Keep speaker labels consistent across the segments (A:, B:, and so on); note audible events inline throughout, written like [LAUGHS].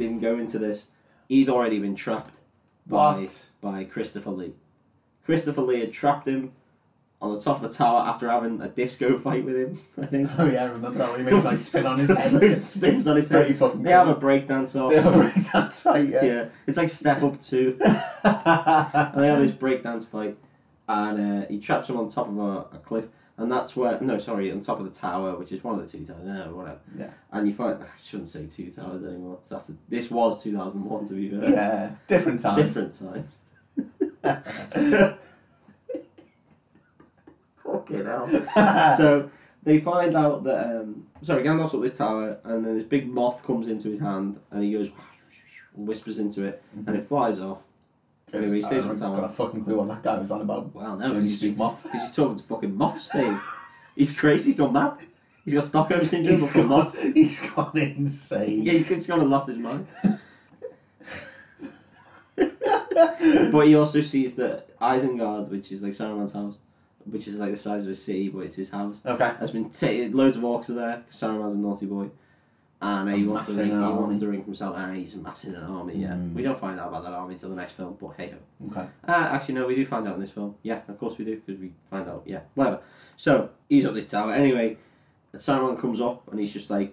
A: into this, he'd already been trapped by,
B: What?
A: by Christopher Lee. Christopher Lee had trapped him on the top of a tower after having a disco fight with him, I think.
B: Oh yeah, I remember that when he makes like
A: [LAUGHS]
B: spin on his head.
A: Spins on his head.
B: Pretty fucking
A: They have a
B: cool.
A: breakdance off.
B: They have a breakdance fight, yeah.
A: yeah, it's like Step Up 2. And they have this breakdance fight, and uh, he traps him on top of a, a cliff, and that's where no, sorry, on top of the tower, which is one of the two towers, no, whatever.
B: Yeah.
A: And you find [LAUGHS] I shouldn't say two towers anymore. It's after this was two thousand one to be fair.
B: [LAUGHS] yeah, different
A: [LAUGHS]
B: times. [LAUGHS]
A: Different times. so, [LAUGHS] fucking hell. [LAUGHS] so they find out that um, sorry, Gandalf's up this tower, and then this big moth comes into his hand, and he goes [LAUGHS] and whispers into it, and it flies off. Anyway, he stays on
B: I've
A: tower.
B: got a fucking clue what that guy was on about.
A: Wow, no,
B: When you
A: he's,
B: speak moth.
A: he's just talking to fucking moths, Steve. he's crazy, he's gone mad. [LAUGHS] He's got Stockholm syndrome but
B: He's
A: for
B: gone,
A: moths.
B: [LAUGHS] he's gone insane.
A: Yeah, he's just gone and lost his mind. But he also sees that Isengard, which is like Saruman's house, which is like the size of a city, but it's his house,
B: [LAUGHS] okay.
A: has been t- loads of orcs are there. 'cause Saruman's a naughty boy. And he
B: I'm
A: wants, the
B: massing
A: ring, he
B: an army.
A: wants the ring for himself, and he's massing an army, yeah.
B: Mm.
A: We don't find out about that army until the next film, but hey ho.
B: Okay.
A: Uh, actually, no, we do find out in this film. Yeah, of course we do, because we find out. Yeah, whatever. So, he's up this tower. Anyway, Saruman comes up and he's just like,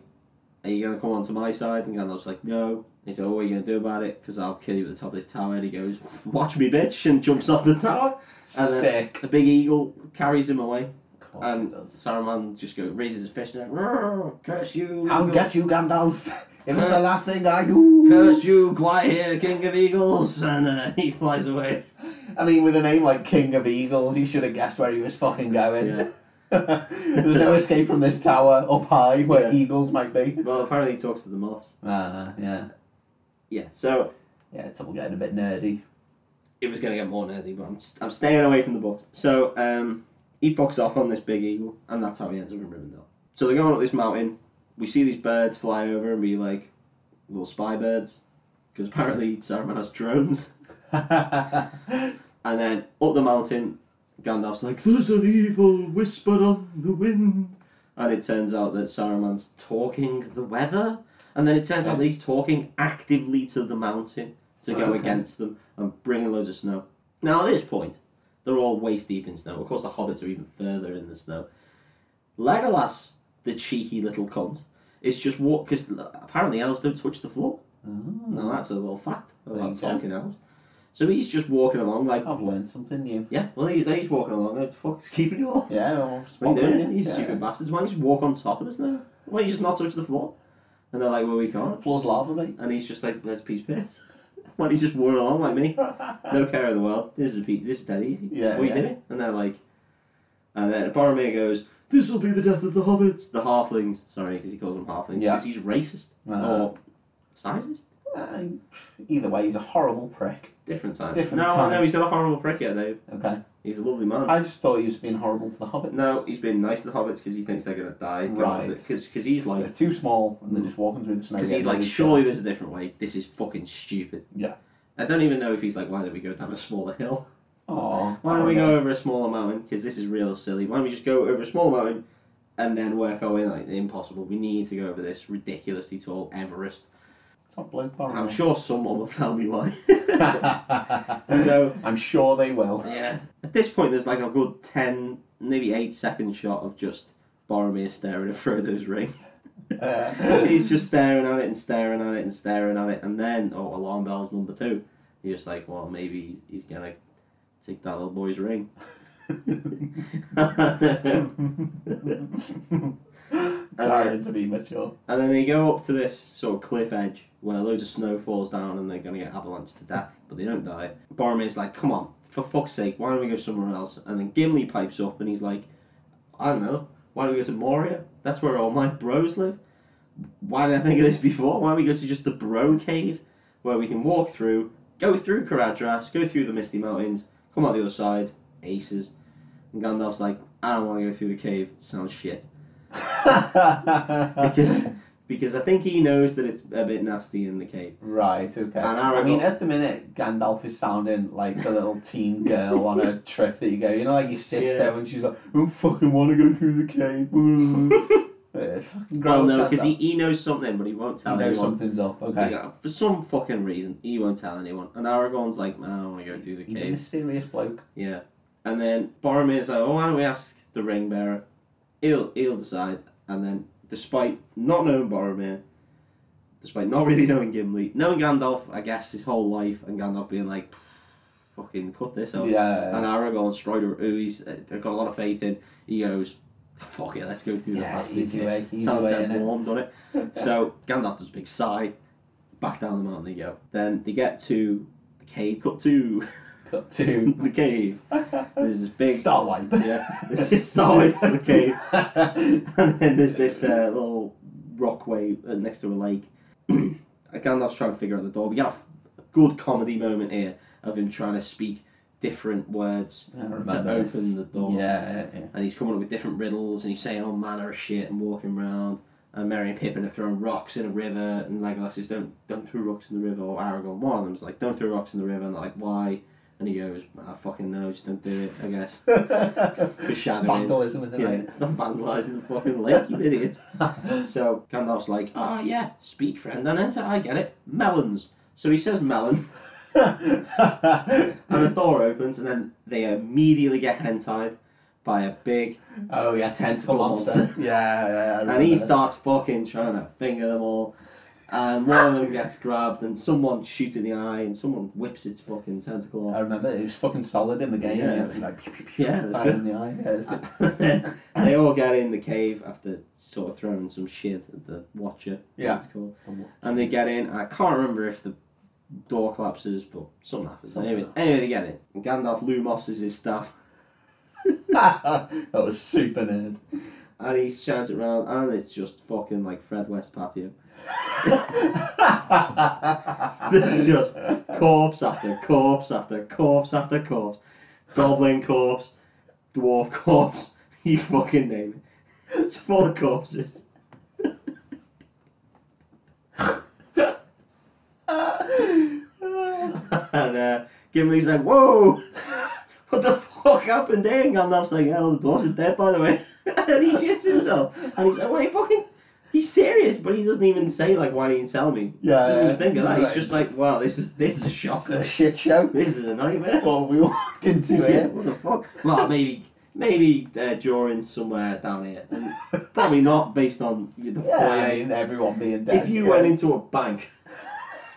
A: Are you going to come on to my side? And Gandalf's like, No. And he's like, "Oh, What are you going to do about it? Because I'll kill you at the top of this tower. And he goes, Watch me, bitch, and jumps off the tower. And then-
B: Sick.
A: A big eagle carries him away.
B: Of course
A: And
B: it does.
A: Saruman just goes, raises his fist and like, "Roar, Curse you.
B: I'll
A: eagle.
B: get you, Gandalf. [LAUGHS] It was the last thing I do.
A: Uh, Curse you, Gwaihir, King of Eagles. And uh, [LAUGHS] he flies away.
B: I mean, with a name like King of Eagles, you should have guessed where he was fucking going.
A: Yeah.
B: [LAUGHS] There's no escape from this tower up high where
A: Yeah.
B: eagles might be.
A: Well, apparently he talks to the moths.
B: Ah, yeah.
A: Yeah, so
B: Yeah, it's all getting a bit
A: [LAUGHS]
B: nerdy.
A: it was going to get more nerdy, but I'm, I'm staying away from the books. So um, he fucks off on this big eagle, and that's how he ends up in Rivendell. So they're going up this mountain. We see these birds fly over and be like little spy birds, because apparently Saruman has drones. And then up the mountain, Gandalf's like, "There's an evil whisper on the wind," and it turns out that Saruman's talking the weather, and then it turns out that he's talking actively to the mountain to go
B: Okay.
A: against them and bring loads of snow. Now at this point, they're all waist deep in snow. Of course, the hobbits are even further in the snow. Legolas, the cheeky little cunt, is just walk because apparently elves don't touch the floor.
B: Oh,
A: Now that's a little fact about
B: There you go.
A: talking elves. So he's just walking along like.
B: I've learned something new.
A: Yeah, well, he's, he's walking along. What the fuck is keeping you all?
B: Yeah, well, just
A: What are you doing?
B: wondering,
A: These
B: yeah.
A: stupid bastards. Why don't you just walk on top of us now? Why don't you just not touch the floor? And they're like, well, we can't.
B: Floor's lava,
A: [LAUGHS]
B: mate.
A: And he's just like, there's peace piss. [LAUGHS] Why don't you just walk along like me?
B: Uh,
A: No care in the world. This is a pe- this is dead easy.
B: Yeah,
A: What are
B: yeah.
A: you doing? And they're like, and then Boromir goes, this will be the death of the hobbits. The halflings. Sorry, because he calls them halflings.
B: Yeah.
A: Because he's racist.
B: Uh.
A: Or sizist?
B: Uh, either way, he's a horrible prick.
A: Different time.
B: Different
A: no,
B: time.
A: no, he's not a horrible prick yet, though.
B: Okay.
A: He's a lovely man.
B: I just thought he was being horrible to the hobbits.
A: No, he's been nice to the hobbits because he thinks they're gonna die.
B: Right.
A: Because he's
B: They're
A: like,
B: too small and they're just walking through the snow.
A: because he's
B: getting
A: like,
B: really
A: surely there's a different way. This is fucking stupid.
B: Yeah.
A: I don't even know if he's like, why don't we go down a smaller hill?
B: chill. Aw,
A: Why don't we
B: okay.
A: go over a smaller mountain? Because this is real silly. Why don't we just go over a small mountain and then work our way like the impossible? We need to go over this ridiculously tall Everest.
B: Top bloke Boromir.
A: I'm sure someone will tell me
B: [LAUGHS]
A: why. [LAUGHS]
B: so [LAUGHS] I'm sure
A: [LAUGHS]
B: they will.
A: yeah. At this point, there's like a good ten, maybe eight second shot of just Boromir staring at Frodo's ring.
B: Uh,
A: he's just staring at it and staring at it and staring at it, and then oh, alarm bells number two. You're just like, well, maybe he's gonna take that little boy's ring. [LAUGHS] and
B: Trying to be mature.
A: then they go up to this sort of cliff edge where loads of snow falls down, and they're gonna get avalanched to death, but they don't die. Boromir's like, come on, for fuck's sake, why don't we go somewhere else? And then Gimli pipes up, and he's like, I don't know, why don't we go to Moria? That's where all my bros live. why didn't I think of this before? Why don't we go to just the Bro Cave, where we can walk through, go through Caradhras, go through the Misty Mountains, come out the other side, aces. And Gandalf's like, I don't want to go through the cave. It sounds shit because because I think he knows that it's a bit nasty in the cave.
B: right, okay.
A: And
B: I mean,
A: Aragorn-
B: at the minute, Gandalf is sounding like the little teen girl
A: [LAUGHS]
B: on a trip that you go, you know, like your sister
A: Yeah. [LAUGHS]
B: when she's like, I don't fucking want to go through the cave. [LAUGHS] Yeah,
A: Well,
B: fucking grown
A: no,
B: up,
A: because he,
B: Mm-hmm. that-
A: he knows something, but he won't
B: he
A: tell
B: knows
A: anyone.
B: something's up. Okay.
A: Yeah, for some fucking reason, he won't tell anyone. And Aragorn's like, man, I want to go through the
B: He's a
A: caves.
B: mysterious bloke.
A: Yeah. And then Boromir's like, oh, why don't we ask the ring bearer? He'll, he'll decide. And then, despite not knowing Boromir, despite not [LAUGHS] really knowing Gimli, knowing Gandalf, I guess, his whole life, and Gandalf being like, fucking cut this off.
B: yeah.
A: And Aragorn, Strider, who he's uh, they've got a lot of faith in, he goes, fuck it, let's go through the
B: Yeah,
A: past.
B: easy way. Easy
A: Sounds
B: way,
A: dead
B: innit?
A: warm, doesn't it? So Gandalf does a big sigh, back down the mountain they go. Then they get to the cave, cut to
B: [LAUGHS]
A: [LAUGHS]
B: Cut to
A: the cave. There's this big.
B: Star Wipe.
A: Yeah,
B: [LAUGHS]
A: it's just starlight to the [LAUGHS] cave.
B: cave.
A: [LAUGHS] And then there's this uh, little rock wave uh, next to a lake. [CLEARS THROAT] Gandalf's trying to figure out the door. We got a f- good comedy moment here of him trying to speak different words
B: I
A: to
B: remember this.
A: open the door.
B: Yeah, yeah,
A: and he's coming up with different riddles and he's saying all manner of shit and walking around. And Merry and Pippin are throwing rocks in a river, and Legolas says, "Don't, don't throw rocks in the river." Or Aragorn, one of them's like, "Don't throw rocks in the river," and they're like, "Why?" And he goes, "I fucking know, just don't do it." I guess. [LAUGHS]
B: yeah.
A: Foreshadowing.
B: Vandalism in the
A: Yeah,
B: yeah.
A: it's not vandalising the fucking lake, you idiot. So Gandalf's like, "Oh yeah, speak, friend, and enter." I get it, melons. So he says melon, [LAUGHS] and the door opens, and then they immediately get hentai by a big
B: [LAUGHS] oh yeah,
A: Tentacle
B: tentacle
A: monster. [LAUGHS]
B: monster. Yeah, yeah. I
A: And he
B: remember
A: starts fucking trying to finger them all. And one of them gets grabbed, and someone shoots in the eye, and someone whips its fucking tentacle
B: that. I
A: off. [LAUGHS]
B: remember it was fucking solid in the game.
A: Yeah.
B: Yeah, it's like pew, pew, pew,
A: Yeah, it was
B: bang
A: good.
B: in the eye. Yeah, it was
A: [LAUGHS]
B: good. [LAUGHS]
A: they all get in the cave after sort of throwing some shit at the Watcher.
B: Yeah.
A: It's called. And they get in, and I can't remember if the door collapses, but something happens.
B: Something.
A: Anyway, anyway, they get in. And Gandalf Lumos is his staff,
B: that was super
A: [LAUGHS]
B: nerd. [LAUGHS]
A: and he shouts it round, and it's just fucking like Fred West patio. [LAUGHS] There's just corpse after corpse after corpse after corpse. Goblin corpse, dwarf corpse, [LAUGHS] you fucking name it. It's full of corpses. [LAUGHS] And uh, Gimli's like, whoa! [LAUGHS] What the fuck happened there? And Gandalf's like, oh, the dwarves are dead, by the way. [LAUGHS] and he shits himself. And he's like, why you fucking. He's serious, but he doesn't even say, like, why didn't you tell me?
B: Yeah,
A: He doesn't
B: yeah.
A: even think of that. He's just like, wow, this is [LAUGHS] this is a shock.
B: It's a shit show.
A: This is a nightmare.
B: Well, we walked
A: [LAUGHS]
B: into
A: Yeah,
B: it.
A: what the fuck? Well, maybe maybe uh, during somewhere down here. And probably not based on the
B: Yeah, I
A: foyer.
B: mean, everyone being dead.
A: if you
B: yeah.
A: went into a bank,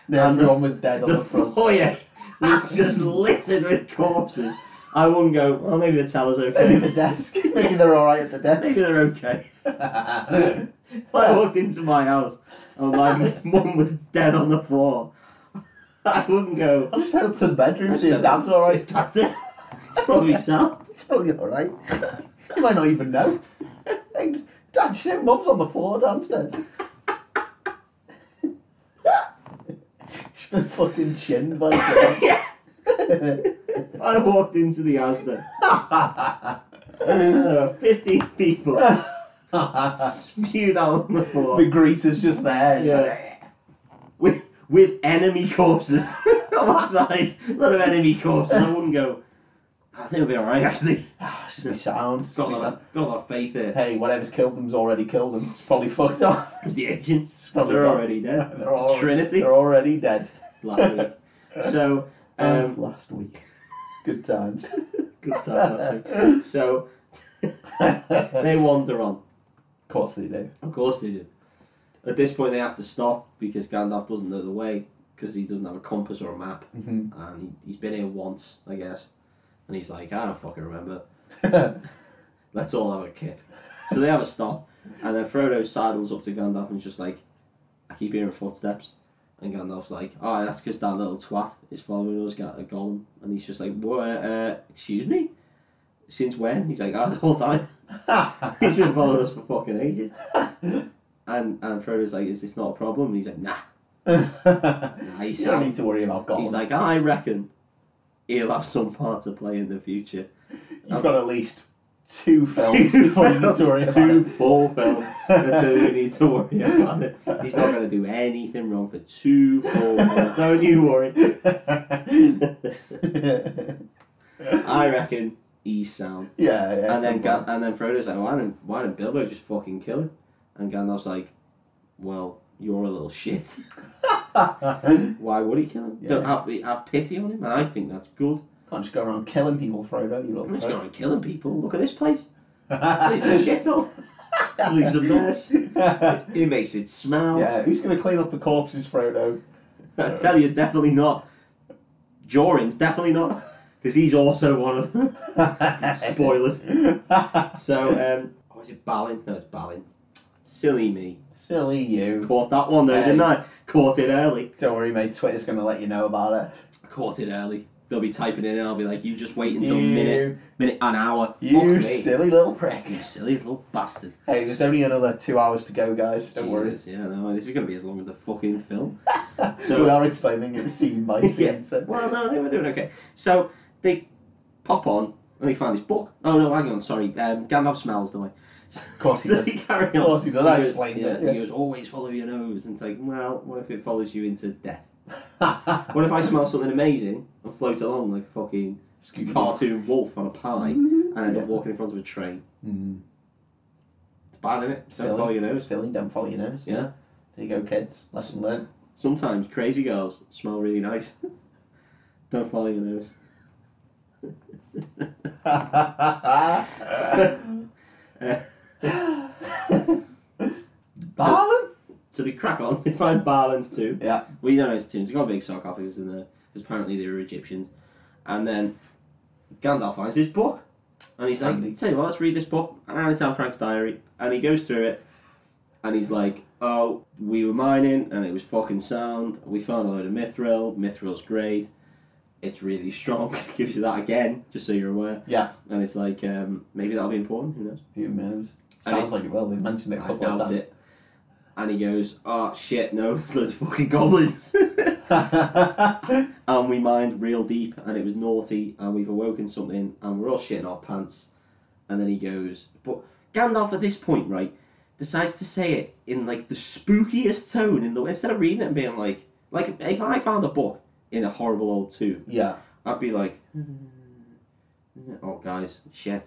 B: No, everyone was dead on
A: the
B: the front.
A: foyer was just littered with corpses. I wouldn't go. Well, maybe the teller's
B: Maybe the
A: okay.
B: desk. Maybe they're all right at the
A: [LAUGHS] Maybe they're okay.
B: [LAUGHS] desk.
A: If I walked into my house and my [LAUGHS] mum was dead on the floor, [LAUGHS] I wouldn't go.
B: I'll just head up to the bedroom, see if
A: "That's
B: Dad's all right.
A: [LAUGHS] That's it. It's probably [LAUGHS]
B: [LAUGHS]
A: Sam.
B: He's probably all right. You might not even know. [LAUGHS] Hey, Dad, do you know Mum's on the floor downstairs. [LAUGHS] She's been fucking chinned by the
A: If I walked into the Asda. There were 15
B: [LAUGHS]
A: people spewed out on the floor
B: [LAUGHS] The grease is just there.
A: Yeah. with, with enemy corpses [LAUGHS] on the side. A lot of enemy corpses. I wouldn't go, "Ah, I think it'll be alright actually.
B: Ah, should be sound. should
A: Got a,
B: be
A: lot
B: sound.
A: of, got a lot of faith there.
B: Hey, whatever's killed them's already killed them. It's probably fucked up.
A: It was [LAUGHS] the
B: [LAUGHS]
A: agents.
B: It's probably
A: They're
B: gone.
A: already
B: [LAUGHS]
A: dead.
B: They're
A: It's
B: all-
A: Trinity
B: They're already dead.
A: [LAUGHS] last week.
B: [LAUGHS]
A: So, um,
B: last week.
A: [LAUGHS]
B: Good times.
A: good start last week. So,
B: of
A: they wander on.
B: course they do.
A: Of course they do. At this point, they have to stop because Gandalf doesn't know the way because he doesn't have a compass or a map,
B: [LAUGHS] Mhm.
A: and he, he's been here once, I guess, and he's like, I don't fucking remember. Let's all have a kip. So they have a stop, and then Frodo sidles up to Gandalf and is just like, I keep hearing footsteps, and Gandalf's like, oh, that's because that little twat is following us, got a golem, and he's just like, what? Uh, excuse me. Since when? He's like, oh, the whole time. [LAUGHS] He's been following us for fucking ages. [LAUGHS] And and Frodo's like, is this not a problem? And he's like, nah.
B: nice. You
A: sound-
B: don't need to worry about
A: He's
B: gold.
A: like, I reckon he'll have some part to play in the future.
B: You've got at least
A: [LAUGHS]
B: two [LAUGHS] films
A: Two
B: before you need
A: films,
B: to worry about
A: two
B: it.
A: full films until you need to worry about it. He's not going to do anything wrong for two full films. Don't you worry. I reckon he's sound.
B: [LAUGHS] yeah, yeah.
A: And then
B: come
A: Ga- and then Frodo's like, why didn't why didn't Bilbo just fucking kill him? And Gandalf's like, well, you're a little shit. Why would he kill him?
B: Yeah.
A: Don't have, have pity on him. And I think that's good.
B: [LAUGHS] Can't just go around killing people, Frodo. You
A: I'm
B: little
A: just
B: prick.
A: going to killing people. Look at this place. It's a shit hole. Leaves a [LAUGHS] mess. It makes it smell.
B: yeah, who's going to clean up the corpses, Frodo?
A: I tell you, definitely not. Jorin's definitely not. Because he's also one of them. [LAUGHS] [LAUGHS] Spoilers. So, um, oh, is it Balin? No, it's Balin. Silly me.
B: [LAUGHS] Silly you.
A: Caught that one though,
B: Hey.
A: didn't I? Caught it early.
B: Don't worry, mate. Twitter's going to let you know about
A: Caught it early. They'll be typing in and I'll be like, you just wait
B: it.
A: until minute,
B: You,
A: minute, an hour.
B: you
A: Fuck me.
B: silly little prick.
A: You silly little bastard.
B: Hey, there's only another two hours to go, guys. Don't worry.
A: Jesus, Yeah, no, this is going to be as long as the fucking film.
B: [LAUGHS] we
A: So,
B: are explaining it scene by
A: [LAUGHS]
B: scene.
A: Yeah.
B: So. [LAUGHS]
A: well, no, they were doing okay. So, they pop on and they find this book. Oh, no, hang on, sorry. Um, Gandalf smells the way.
B: Of course
A: [LAUGHS]
B: he
A: So
B: does.
A: they carry on.
B: Of course he does. That
A: He goes-
B: explains
A: yeah,
B: it.
A: He goes, always follow your nose. And it's like, well, what if it follows you into death? What if I smell something amazing and float along like a fucking
B: Scooby-Doo.
A: cartoon wolf on a pie and end
B: Yeah.
A: up walking in front of a train?
B: Mm.
A: It's bad, isn't it? Don't
B: Silly.
A: follow your nose.
B: Silly, don't follow your nose.
A: Yeah.
B: There you go, kids. Lesson learned.
A: Sometimes crazy girls smell really nice. [LAUGHS] Don't follow your nose.
B: Balin?
A: So they crack on, [LAUGHS] they find Barlins too.
B: Yeah.
A: Well, you don't know it's tombs. They've got big sarcophagus in there, because apparently they were Egyptians. And then Gandalf finds his book. And he's like,
B: Handy.
A: tell you what, let's read this book. And it's on Frank's diary. And he goes through it. And he's like, oh, we were mining, and it was fucking sound. We found a load of mithril. Mithril's great. It's really strong. [LAUGHS] Gives you that again, just so you're aware.
B: Yeah.
A: And it's like, um, maybe that'll be important. Who knows?
B: Who knows?
A: And
B: Sounds like it will. They've mentioned it a
A: I
B: couple of
A: doubt
B: times.
A: it. And he goes, oh shit, no, [LAUGHS] there's loads of fucking goblins. [LAUGHS] and we mined real deep and it was naughty and we've awoken something and we're all shitting our pants. And then he goes, but Gandalf at this point, right, decides to say it in like the spookiest tone in the instead of reading it and being like, like if I found a book in a horrible old tomb,
B: [LAUGHS] yeah.
A: I'd be like, "Hmm, oh guys, shit.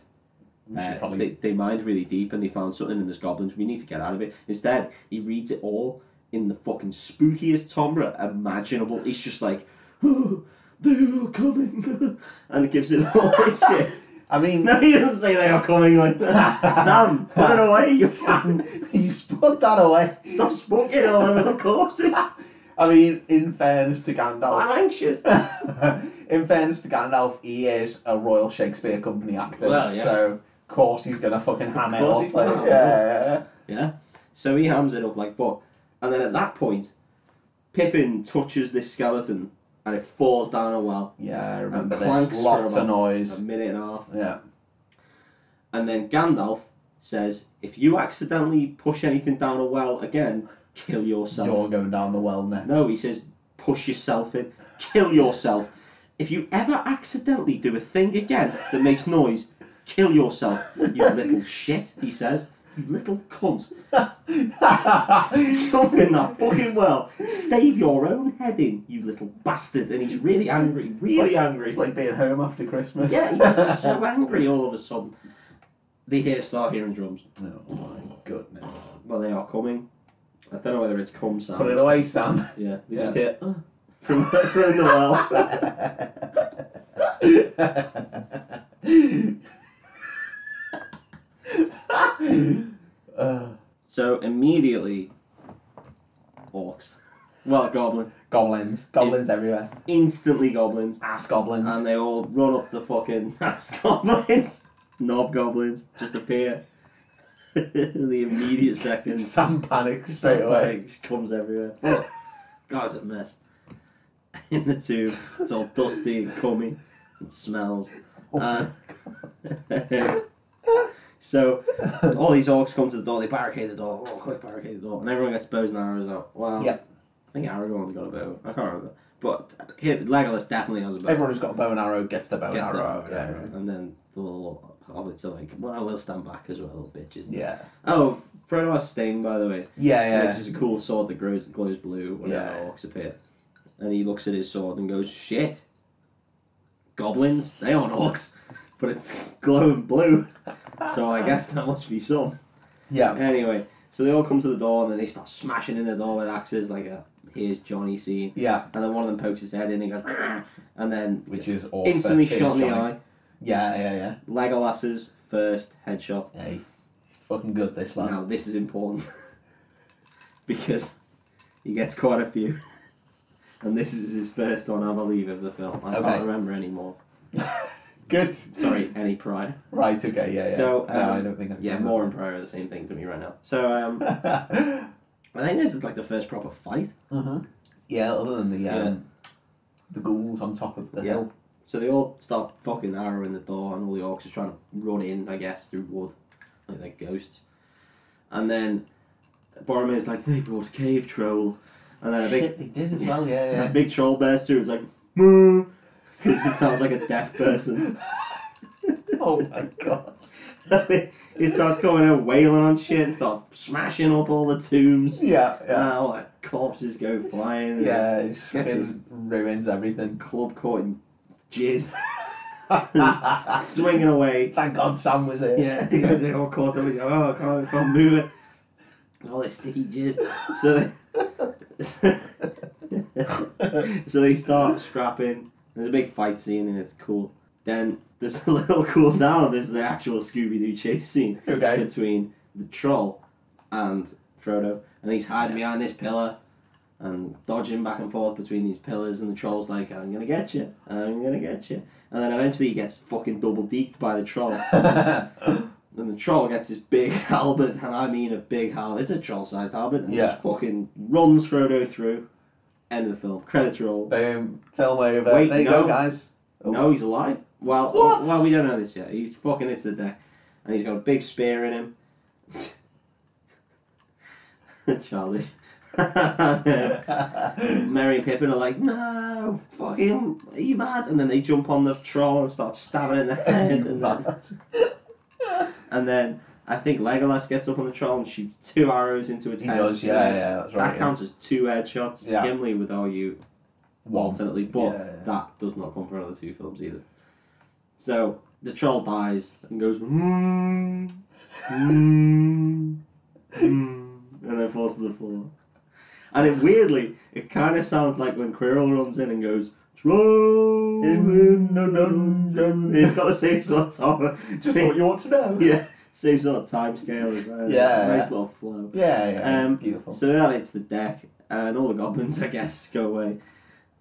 B: We should
A: Uh,
B: probably.
A: they, they mined really deep and they found something and there's goblins. We need to get out of it. Instead, he reads it all in the fucking spookiest timbre imaginable. He's just like, [GASPS] oh, they are coming. [LAUGHS] and it gives it all
B: [LAUGHS]
A: this shit.
B: I mean, [LAUGHS]
A: No, he doesn't say they are coming like that. [LAUGHS] Sam, [LAUGHS] put it away, you fan.
B: [LAUGHS] you put that away.
A: Stop spunking all over the corpses.
B: I mean, in fairness to Gandalf.
A: [LAUGHS] I'm anxious.
B: [LAUGHS] in fairness to Gandalf, he is a Royal Shakespeare Company actor.
A: Well, yeah.
B: So, of course, he's going to fucking ham it
A: course
B: off.
A: he's gonna ham
B: like,
A: it
B: yeah.
A: Yeah. So he hams it up like fuck. And then at that point, Pippin touches this skeleton and it falls down a well.
B: Yeah, I remember
A: clanks
B: this.
A: for
B: Lots
A: about
B: of
A: a
B: noise.
A: minute and a half.
B: Yeah.
A: And then Gandalf says, if you accidentally push anything down a well again, kill yourself.
B: You're going down the well next. [LAUGHS]
A: No, he says, push yourself in, kill yourself. If you ever accidentally do a thing again that makes noise, kill yourself, you little shit, he says. You little cunt. Jump in that fucking well. Save your own head in, you little bastard. And he's really angry, really angry.
B: It's like being home after Christmas.
A: Yeah, he gets
B: [LAUGHS]
A: so angry all of a sudden. They hear start hearing drums.
B: oh my goodness.
A: Well, they are coming. I don't know whether it's come sound.
B: Put it away, Sam.
A: Yeah, they
B: Yeah.
A: just hear "Uh," from [LAUGHS] from the well.
B: [LAUGHS] uh,
A: so immediately, orcs, well, goblins,
B: goblins. Goblins everywhere.
A: instantly goblins,
B: Ass goblins.
A: and they all run up the fucking [LAUGHS] ass goblins, knob goblins, just appear. [LAUGHS] the immediate seconds.
B: Sam panics straight away.
A: It comes everywhere.
B: [LAUGHS]
A: Oh, God, it's a mess. [LAUGHS] In the tube, it's all dusty and cummy and smells.
B: Oh
A: And- [LAUGHS] so, all these orcs come to the door, they barricade the door, oh, quick barricade the door, and everyone gets bows and arrows out. Well,
B: Yep.
A: I think Aragorn's got a bow, I can't remember. But here, Legolas definitely has a bow.
B: Everyone who's got a bow and arrow gets the bow and
A: Gets the
B: arrow.
A: bow and arrow. And then the little hobbits are like, well, we'll stand back as well, little bitches.
B: Yeah.
A: Oh, Frodo has Sting, by the way.
B: Yeah,
A: Which
B: yeah.
A: is a cool sword that grows, glows blue whenever
B: Yeah.
A: orcs appear. And he looks at his sword and goes, shit. Goblins, they aren't orcs. But it's glowing blue. So I guess that must be some.
B: Yeah.
A: Anyway, So they all come to the door and then they start smashing in the door with axes, like a here's Johnny scene.
B: Yeah,
A: And then one of them pokes his head in and goes, "Rah!" and then
B: which is awesome.
A: instantly shot in the eye.
B: Yeah, yeah, yeah.
A: Legolas's first headshot.
B: Hey, it's fucking good this lad.
A: Now this is important [LAUGHS] because he gets quite a few, and this is his first one, I believe, of the film. I
B: Okay.
A: can't remember anymore.
B: [LAUGHS] good. [CLEARS THROAT]
A: Sorry, any prior.
B: Right. Okay. Yeah. Yeah.
A: So,
B: no, I
A: um,
B: don't think. I've
A: Yeah,
B: done
A: more and prior are the same thing to me right now. So um,
B: [LAUGHS] that.
A: I think this is like the first proper fight.
B: Mhm. Yeah. Other than the um,
A: Yeah.
B: the ghouls on top of the
A: Yeah.
B: hill.
A: So they all start fucking arrowing the door, and all the orcs are trying to run in, I guess, through wood, like they're ghosts. And then Boromir's like, they brought a cave troll, and then a
B: [LAUGHS]
A: big
B: Shit, they did as well. Yeah.
A: a [LAUGHS]
B: Yeah.
A: big troll bursts through. It's like, because he sounds like a
B: [LAUGHS]
A: deaf person. [LAUGHS]
B: oh my god.
A: he starts going out wailing on shit, and start smashing up all the tombs.
B: Yeah. Yeah.
A: Uh, all the corpses go flying.
B: yeah. It
A: Um, Gets
B: fucking
A: his- [LAUGHS]
B: ruins everything.
A: Club caught in jizz,
B: Thank
A: swinging away.
B: God Sam was here.
A: Yeah, [LAUGHS] they all caught up. and go, Oh, I can't, I can't move it. And All this sticky jizz. [LAUGHS] So they, so they start scrapping. There's a big fight scene and it's cool. Then there's a little cool down. There's the actual Scooby Doo chase scene
B: [LAUGHS]
A: [LAUGHS]
B: okay.
A: between the troll and Frodo, and he's hiding behind this pillar. And dodging back and forth between these pillars, and the troll's like, "I'm gonna get you, I'm gonna get you," and then eventually he gets fucking double deeked by the troll, and the troll gets his big [LAUGHS] halberd, and I mean a big halberd. It's a troll-sized halberd, and
B: Yeah.
A: just fucking runs Frodo through. End of the film. Credits roll.
B: Boom. Film over.
A: Wait,
B: there you
A: no.
B: go, guys. Oh.
A: No, he's alive. Well, oh,
B: What?
A: well, we don't know this yet. He's fucking into the deck, and he's got a big spear in him. [LAUGHS]
B: [LAUGHS]
A: Childish. Mary and Pippin are like, no, fucking, are you mad? And then they jump on the troll and start stabbing it in the head. and, then, and then I think Legolas gets up on the troll and shoots two arrows into its
B: he
A: head.
B: does.
A: So
B: Yeah.
A: there's-
B: Yeah. That's
A: That
B: right. yeah.
A: counts as two headshots.
B: Yeah.
A: Gimli with all you [LAUGHS]
B: One.
A: alternately, but
B: Yeah, yeah.
A: that does not come for another two films either. So the troll dies and goes, mm, mm, mm, and then falls to the floor. And it weirdly, it kind of sounds like when Quirrell runs in and goes, troll
B: In the dungeon.
A: It's got the same sort of time.
B: Just what you want to know.
A: [LAUGHS] yeah, same sort of time scale. as well.
B: Yeah,
A: nice
B: yeah.
A: little flow.
B: Yeah, yeah,
A: Um,
B: beautiful.
A: So that hits the deck, and all the goblins, I guess, go away.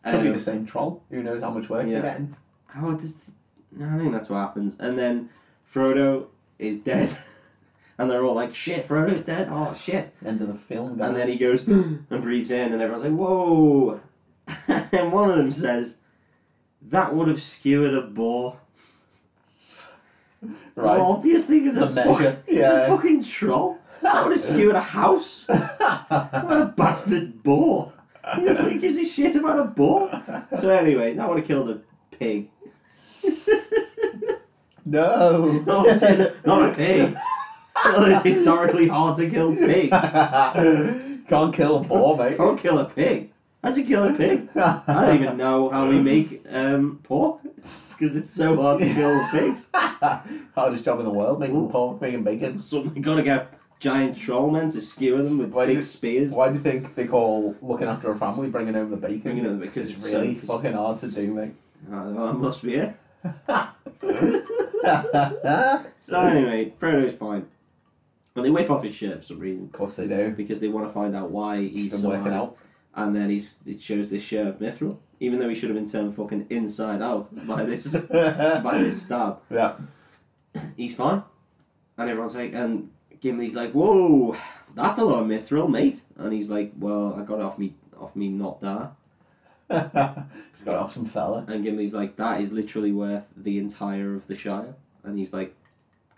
B: Could be
A: Um,
B: the same troll. Who knows how much work
A: yeah.
B: they're getting?
A: How does? No, I think that's what happens. And then Frodo is dead, [LAUGHS] and they're all like, "Shit, Frodo's dead! Oh shit!"
B: End of the film. Guys.
A: And then he
B: [GASPS]
A: goes and breathes in, and everyone's like, "Whoa!" [LAUGHS] and then one of them says, "That would have skewered a boar."
B: right.
A: Well, obviously, there's
B: The
A: a, fuck,
B: measure,
A: he's
B: yeah.
A: a fucking troll. That would have
B: [LAUGHS]
A: skewered a house. What a bastard boar! You know, He gives a shit about a boar. So anyway, that would have killed a pig. [LAUGHS]
B: no.
A: No, [LAUGHS]
B: [LAUGHS]
A: not a pig. Well, it's historically hard to kill pigs.
B: [LAUGHS] Can't kill a boar, mate.
A: Can't kill a pig. How'd you kill a
B: [LAUGHS]
A: pig? I don't even know how we make um, pork because it's so hard to
B: [LAUGHS]
A: kill pigs.
B: Hardest job in the world, making
A: Ooh.
B: pork, making bacon.
A: So we gotta get giant troll men to skewer them with
B: Why
A: big
B: did-
A: spears.
B: Why do you think they call looking after a family bringing home the bacon?
A: Bringing home the bacon.
B: It's,
A: It's so-
B: really
A: it's-
B: fucking hard to
A: [LAUGHS]
B: do, mate.
A: Oh, well, that must be it. So anyway, Frodo's fine. Well, they whip off his shirt for some reason
B: of course they do.
A: because they want to find out why he's
B: He's been working
A: survived.
B: out.
A: and then he's, he shows this shirt of Mithril, even though he should have been turned fucking inside out by this
B: [LAUGHS]
A: by this stab.
B: yeah. [LAUGHS]
A: He's fine, and everyone's like, and Gimli's like, "Whoa, that's a lot of Mithril, mate," and he's like, "Well, I got it off me off me not that,"
B: He's got off some fella.
A: and Gimli's like, "That is literally worth the entire of the Shire," and he's like,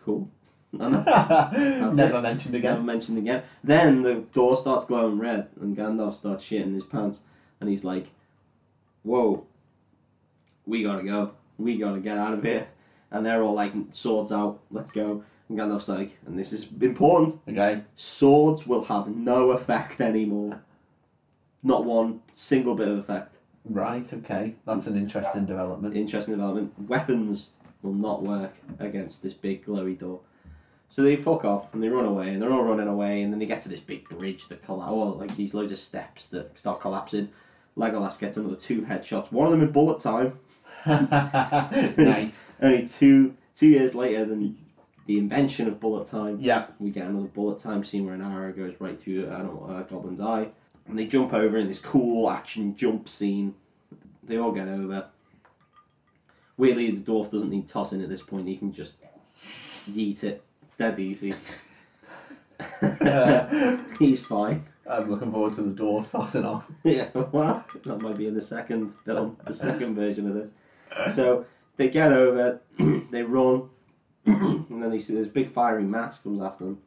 A: "Cool." [LAUGHS] And I
B: Never mentioned
A: never
B: again.
A: mentioned again. Then the door starts glowing red, and Gandalf starts shitting his pants, and he's like, "Whoa, we gotta go. We gotta get out of here." And they're all like, "Swords out, let's go." And Gandalf's like, "And this is important.
B: Okay.
A: Swords will have no effect anymore. Not one single bit of effect.
B: Right, okay. That's an
A: [LAUGHS]
B: interesting development.
A: Interesting development. Weapons will not work against this big glowy door." So they fuck off and they run away and they're all running away and then they get to this big bridge that collapse, well, like these loads of steps that start collapsing. Legolas gets another two headshots, one of them in bullet time.
B: nice.
A: [LAUGHS] Only two two years later than the invention of bullet time. [LAUGHS]
B: Yeah. [LAUGHS]
A: We get another bullet time scene where an arrow goes right through I don't uh, Goblin's eye, and they jump over in this cool action jump scene. They all get over. Weirdly, the dwarf doesn't need tossing at this point; he can just yeet it dead easy. [LAUGHS]
B: Uh,
A: He's fine.
B: I'm looking forward to the dwarf tossing off.
A: [LAUGHS] Yeah, well, that might be in the second film, the second version of this. So they get over, [CLEARS THROAT] they run, [CLEARS THROAT] and then they see this big fiery mass comes after them.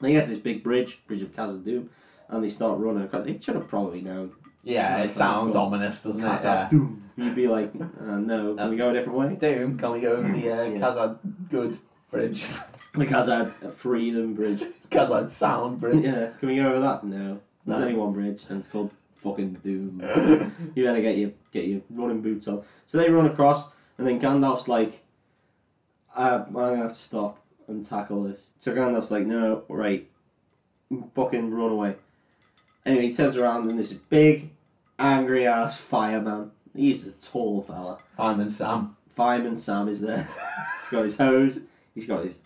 A: They get to this big bridge, Bridge of Khazad Dûm, and they start running. They should have probably known.
B: Yeah,
A: Yeah,
B: it
A: sounds
B: sounds
A: cool.
B: ominous, doesn't it? Yeah.
A: Khazad Dûm. You'd be like, uh, no, can we go a different way?
B: Doom, can we go over the uh,
A: Yeah.
B: Kazad Good Bridge? [LAUGHS]
A: The Khazad Freedom Bridge. [LAUGHS]
B: Kazad Sound [LAUGHS] Bridge?
A: yeah, can we go over that? No. There's
B: No.
A: only one bridge, and it's called fucking
B: [LAUGHS]
A: Doom.
B: yeah.
A: You better get your get your running boots on. So they run across, and then Gandalf's like, uh, "I'm gonna have to stop and tackle this." So Gandalf's like, "No, no, right, fucking run away." Anyway, he turns around and this big, angry ass fireman. He's a tall fella.
B: Fireman Sam.
A: Fireman Sam is there. [LAUGHS] he's got his hose. He's got his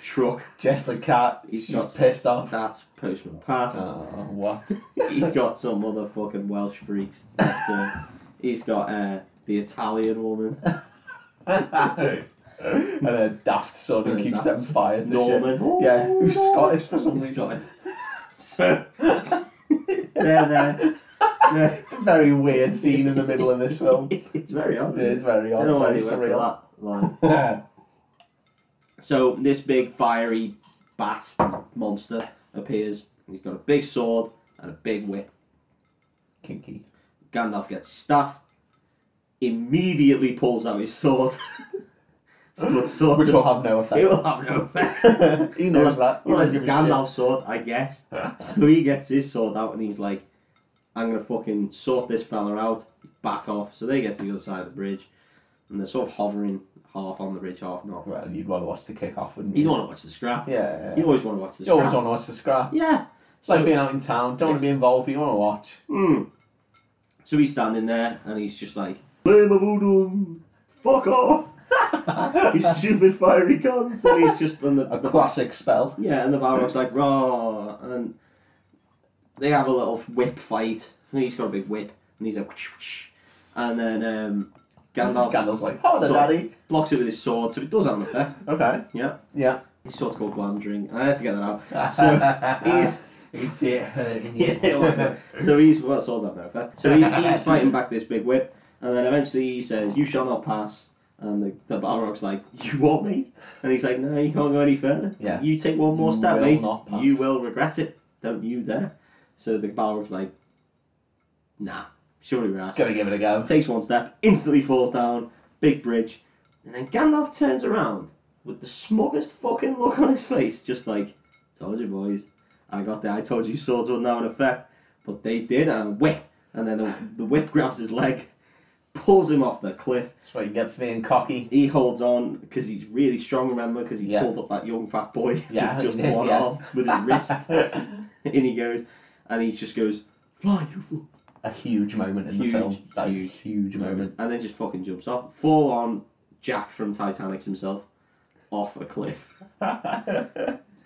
A: truck.
B: Jess the cat,
A: He's
B: she's
A: got-
B: pissed off.
A: That's Postman Pat.
B: Oh, what?
A: He's got some other fucking Welsh freaks next to him. He's got uh, the Italian woman.
B: [LAUGHS] and a daft son who
A: And a
B: keeps
A: daft
B: setting fire to
A: Norman.
B: shit. Yeah, who's Scottish for some
A: He's
B: reason.
A: got it. So there, there. No,
B: It's a very weird scene in the middle of this film.
A: [LAUGHS] it's very odd.
B: It
A: isn't
B: is very
A: I
B: odd.
A: don't know why
B: Very
A: they went for
B: surreal.
A: that line. So this big fiery bat monster appears. He's got a big sword and a big whip.
B: [LAUGHS] Kinky.
A: Gandalf gets staff. Immediately pulls out his sword. [LAUGHS] but sort
B: Which
A: of-
B: will have no
A: It
B: effect.
A: will have no effect.
B: [LAUGHS] he knows that. He
A: Well, it's
B: doesn't give a
A: Gandalf's sword, I guess. so he gets his sword out and he's like, I'm gonna fucking sort this fella out, back off. So they get to the other side of the bridge and they're sort of hovering half on the bridge, half
B: shit.
A: not.
B: Well, you'd want to watch the kick off, wouldn't you?
A: You wanna watch the scrap.
B: Yeah.
A: You always wanna watch the
B: You always
A: scrap.
B: want to watch the scrap.
A: Yeah.
B: It's
A: So,
B: like being out in town. Don't want to be involved, but you want to watch.
A: [LAUGHS] mm. so he's standing there and he's just like, Blame of Udum, fuck
B: [LAUGHS]
A: off! you stupid fiery guns! And he's just on the,
B: A
A: the
B: classic spell.
A: Yeah, and the Balrog's like, raw, and then they have a little whip fight. I think he's got a big whip, and he's like, whoosh, whoosh. and then um, Gandalf
B: Gandalf's like, oh, the
A: So-
B: daddy.
A: blocks it with his sword, so it does have an effect.
B: Okay.
A: Yeah,
B: Yeah.
A: his sword's called Glamdring, and I had to get that out. So
B: [LAUGHS] Uh,
A: he's
B: you can see it [LAUGHS] hurting
A: yeah, it was. so he's well, swords have no effect. So he,
B: [LAUGHS]
A: he's fighting back this big whip, and then eventually he says, "You shall not pass." And the, the Balrog's like, "You what, mate?" And he's like, "No, you can't go any further.
B: Yeah.
A: You take one more
B: You
A: step,
B: will
A: mate.
B: not pass."
A: You will regret it. Don't you dare." So the Balrog's like, "Nah, surely we're out."
B: Gonna give it a go.
A: Takes one step, instantly falls down. Big bridge, and then Gandalf turns around with the smuggest fucking look on his face, just like, "Told you, boys." I got there. I told you swords wouldn't have an effect, but they did, and a whip. And then the, the whip grabs his leg, pulls him off the cliff.
B: That's what you get for being cocky.
A: He holds on because he's really strong, remember, because he
B: Yeah.
A: pulled up that young fat boy
B: [LAUGHS]
A: [LAUGHS]
B: Yeah,
A: with just
B: he did,
A: one
B: yeah.
A: arm with his wrist.
B: [LAUGHS]
A: in he goes, and he just goes, Fly, you fool.
B: a huge moment in
A: Huge,
B: the film. That is a
A: huge
B: huge moment.
A: And then just fucking jumps off. Full on Jack from Titanic himself off a cliff.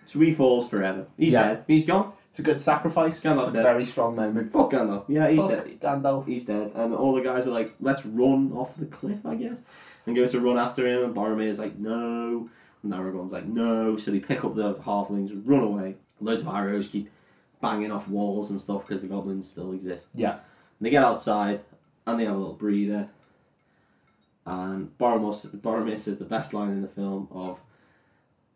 A: So he falls forever. He's
B: Yeah.
A: dead. He's gone.
B: [LAUGHS] it's a good sacrifice.
A: Gandalf's
B: it's a
A: dead.
B: very strong moment.
A: Fuck Gandalf. Yeah, he's
B: Fuck
A: dead.
B: Gandalf.
A: he's dead. And all the guys are like, let's run off the cliff, I guess, and go to run after him. And Boromir's like, no. And Aragorn's like, no. So they pick up the halflings, run away. Loads of arrows keep banging off walls and stuff because the goblins still exist.
B: [LAUGHS] Yeah.
A: And they get outside and they have a little breather. And Boromir, Boromir says the best line in the film of, [LAUGHS]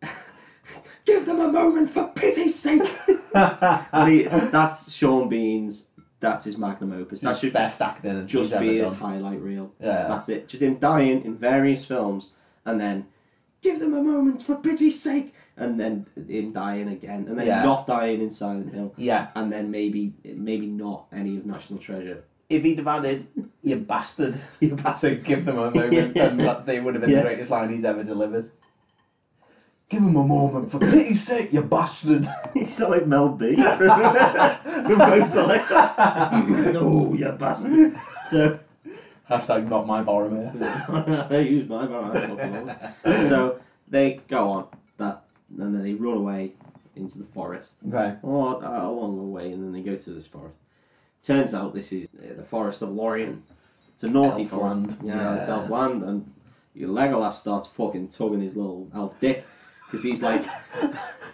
A: give them a moment for pity's sake.
B: [LAUGHS]
A: and he, that's Sean Bean's, that's his magnum opus. That
B: That's your
A: should
B: best acting
A: just
B: he's
A: be
B: ever
A: his
B: done.
A: highlight reel.
B: Yeah.
A: That's it. Just him dying in various films, and then give them a moment for pity's sake, and then him dying again, and then
B: Yeah.
A: not dying in Silent Hill,
B: Yeah.
A: and then maybe maybe not any of National Treasure.
B: If he'd have added, you bastard, [LAUGHS]
A: You
B: to give them a moment, then that they would have been
A: Yeah.
B: the greatest line he's ever delivered. Give him a moment, for pity's sake, you bastard. [LAUGHS]
A: [LAUGHS] You sound like Mel B from, from Ghost Selector.
B: [LAUGHS]
A: no, you bastard. So, [LAUGHS]
B: Hashtag not my Boromir.
A: I use my bar. I fucking love it. So they go on that, and then they run away into the forest.
B: Okay.
A: Or uh, along the way, and then they go to this forest. Turns out this is uh, the forest of Lorien. It's a naughty
B: Elf
A: forest.
B: land.
A: Yeah, it's
B: Yeah.
A: elf land, and your Legolas starts fucking tugging his little elf dick because he's like, [LAUGHS]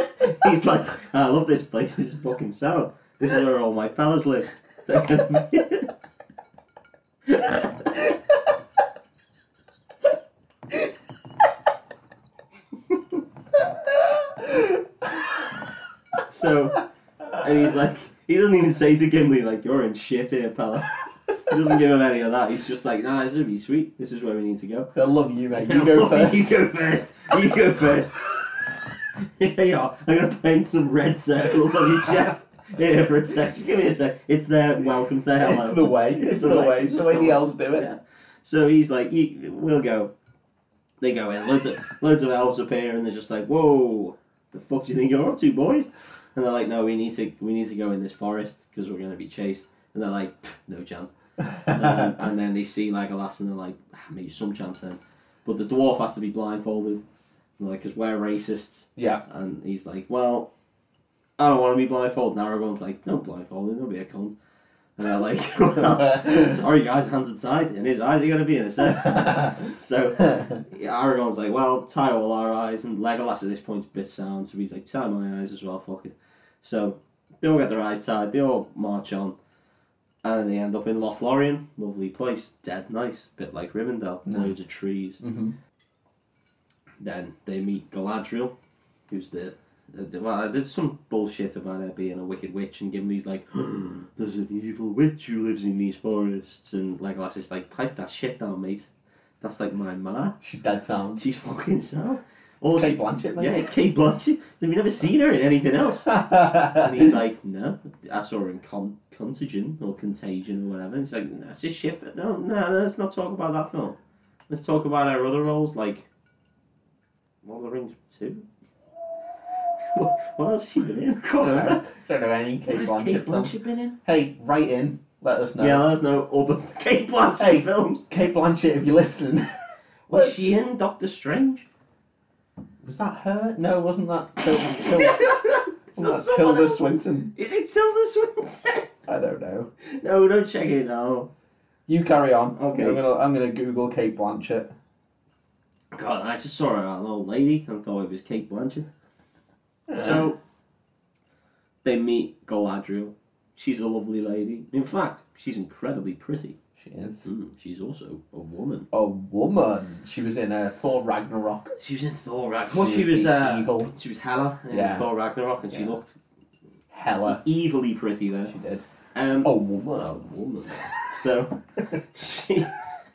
A: he's like, I love this place. This is fucking settled. This is where all my fellas live. [LAUGHS] So, and he's like, he doesn't even say to Gimli, like, you're in shit here, pal. He doesn't give him any of that. He's just like, nah, this would be sweet. This is where we need to go.
B: They'll love you, mate.
A: [LAUGHS]
B: You go first.
A: you go first. You go first. [LAUGHS] Here you are. I'm going to paint some red circles on your chest. Here for a sec. Just give me a sec. It's there. Welcome to the hello.
B: It's the way. It's, the, way. It's the way the elves do it.
A: Yeah. So he's like, "You- we'll go. They go in. Loads of loads of elves appear, and they're just like, whoa, the fuck do you think you're up to, boys? And they're like, no, we need to we need to go in this forest because we're gonna be chased. And they're like, "Pfft, no chance. Um, and then they see Legolas, and they're like, "Ah, maybe some chance then. But the dwarf has to be blindfolded, And they're like, because we're racists.
B: [LAUGHS] yeah.
A: And he's like, well, I don't want to be blindfolded. And Aragorn's like, don't blindfold him, don't be a cunt. And they're like, [LAUGHS] well, sorry guys, hands inside, and his eyes are going to be in a sec. [LAUGHS] so yeah, Aragorn's like, well, tie all our eyes, and Legolas at this point's a bit sound, so he's like, tie my eyes as well, fuck it. So they all get their eyes tied, they all march on, and they end up in Lothlorien, lovely place, dead nice, bit like Rivendell,
B: Nice.
A: loads of trees.
B: Mhm.
A: Then they meet Galadriel, who's the uh, the- well, there's some bullshit about her being a wicked witch, and Gimli's like, [GASPS] "There's an evil witch who lives in these forests," and Legolas is like, "Pipe that shit down, mate. That's like my ma.
B: She's dead sound.
A: She's fucking sound."
B: It's
A: Or
B: Kate Blanchett,
A: yeah,
B: [LAUGHS] mate.
A: it's Kate Blanchett. We've never seen her in anything else. And he's like, "No, I saw her in Con- Contagion or Contagion or whatever." And he's like, "That's just shit." But no, no, let's not talk about that film. Let's talk about our other roles, like Lord of the Rings Two. [LAUGHS] what what else has she been in? I can't remember.
B: don't know any Kate
A: [LAUGHS] What has
B: Blanchett,
A: Kate
B: film.
A: Blanchett been in?
B: Hey, write in. Let us know.
A: Yeah, let us know all the [LAUGHS] Kate Blanchett
B: Hey.
A: films.
B: Kate Blanchett, if you're
A: [LAUGHS]
B: listening. [LAUGHS]
A: Was
B: What-
A: she in Doctor Strange?
B: [LAUGHS] Was that her? No, wasn't that Til-
A: [LAUGHS] Is
B: Til- wasn't that
A: that someone
B: Tilda
A: else?
B: Swinton?
A: Is it Tilda Swinton? [LAUGHS]
B: I don't know.
A: no, don't check it out.
B: You carry on.
A: Okay.
B: I'm gonna, I'm gonna Google Kate Blanchett.
A: God, I just saw an old lady and thought it was Kate Blanchett.
B: Um,
A: So they meet Galadriel. She's a lovely lady. In fact, she's incredibly pretty.
B: she is
A: Mm, she's also a woman.
B: Hmm, a woman. She was in uh, Thor Ragnarok.
A: She was in Thor Ragnarok.
B: She
A: Well, she
B: was
A: was
B: the
A: uh,
B: evil-
A: She was Hela in
B: Yeah.
A: Thor Ragnarok, and she
B: Yeah.
A: looked
B: Hella,
A: evilly pretty there.
B: she did.
A: Um,
B: Oh, A woman.
A: a woman. so [LAUGHS] she,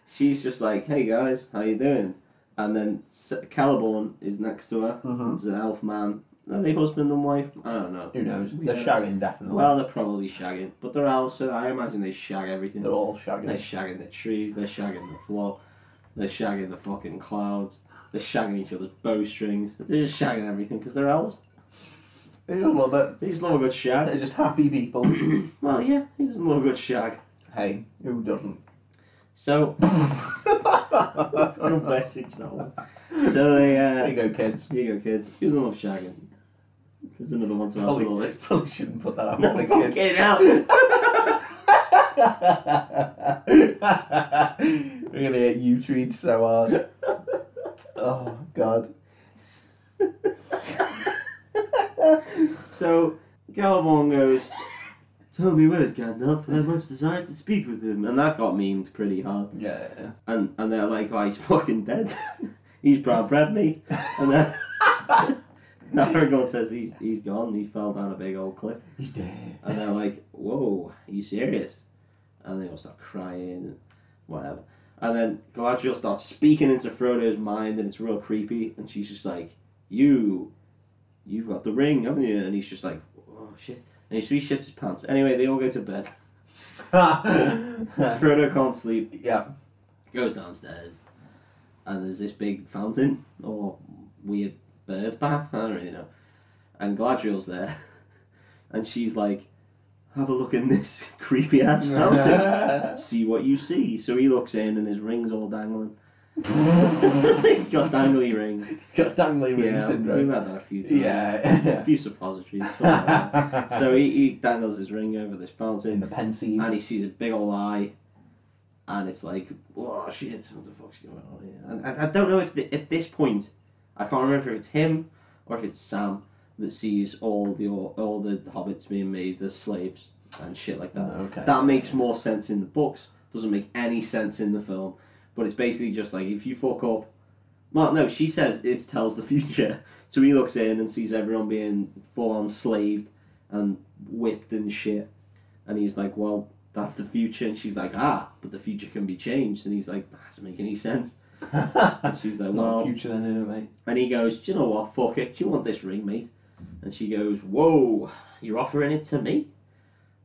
A: she's just like, "Hey guys, how you doing?" And then S- Caliborn is next to her.
B: Mhm.
A: It's an elf man. Are they husband and wife? I don't know.
B: Who knows?
A: We
B: They're
A: don't-
B: shagging definitely.
A: Well, they're probably shagging, but they're elves, so I imagine they shag everything.
B: They're all
A: They're
B: shagging.
A: shagging the trees, they're shagging the floor, they're shagging the fucking clouds, they're shagging each other's bowstrings, they're just shagging everything because they're elves.
B: They just love it.
A: They just love a good
B: They're
A: shag. [CLEARS THROAT]
B: just happy people.
A: Well, yeah, he doesn't love a good shag.
B: hey, who doesn't? [LAUGHS]
A: So, [LAUGHS] good message that one. So they,
B: There
A: uh,
B: you go, kids.
A: here you go, kids. Who doesn't love shagging? There's another one to add
B: Probably,
A: to the list.
B: probably shouldn't put that
A: [LAUGHS]
B: out
A: No,
B: for the kids. [LAUGHS]
A: fucking hell!
B: We're gonna get you treated so hard.
A: [LAUGHS]
B: Oh God.
A: So Gallimorn goes, Tell me where is Gandalf, and I much desire to speak with him. And that got memed pretty hard.
B: Yeah.
A: And and they're like, Oh, he's fucking dead. [LAUGHS] he's brown bread, mate. And
B: [LAUGHS]
A: then Aragorn says he's he's gone, he fell down a big old cliff.
B: He's dead. [LAUGHS]
A: And they're like, Whoa, are you serious? And they all start crying and whatever. And then Galadriel starts speaking into Frodo's mind and it's real creepy and she's just like, You you've got the ring, haven't you? And he's just like, Oh shit and he, so he shits his pants. Anyway, they all go to bed. [LAUGHS]
B: yeah.
A: Frodo can't sleep, goes downstairs, and there's this big fountain or weird bird bath. I don't really know. And Gladriel's there, [LAUGHS] and she's like, "Have a look in this [LAUGHS] creepy ass fountain. see what you see." So he looks in, and his ring's all dangling. [LAUGHS] He's got dangly ring.
B: Got dangly ring
A: Yeah, we've
B: syndrome.
A: had that a few times. a
B: Yeah.
A: few suppositories. something like that.
B: [LAUGHS]
A: so he, he dangles his ring over this
B: in
A: fountain
B: the Uh, pensieve.
A: and he sees a big old eye and it's like oh shit what the fuck's going on here and I, I don't know if the, at this point I can't remember if it's him or if it's Sam that sees all the all, all the hobbits being made as slaves and shit like that
B: okay.
A: that makes more sense in the books doesn't make any sense in the film but it's basically just like if you fuck up well no she says it tells the [LAUGHS] future so he looks in and sees everyone being full on slaved and whipped and shit and he's like well that's the future and she's like ah but the future can be changed and he's like that doesn't make any sense and she's like
B: [LAUGHS] Not
A: well
B: a future then, is it, mate?
A: and he goes, Do you know what? Fuck it. Do you want this ring, mate? And she goes, Whoa, you're offering it to me?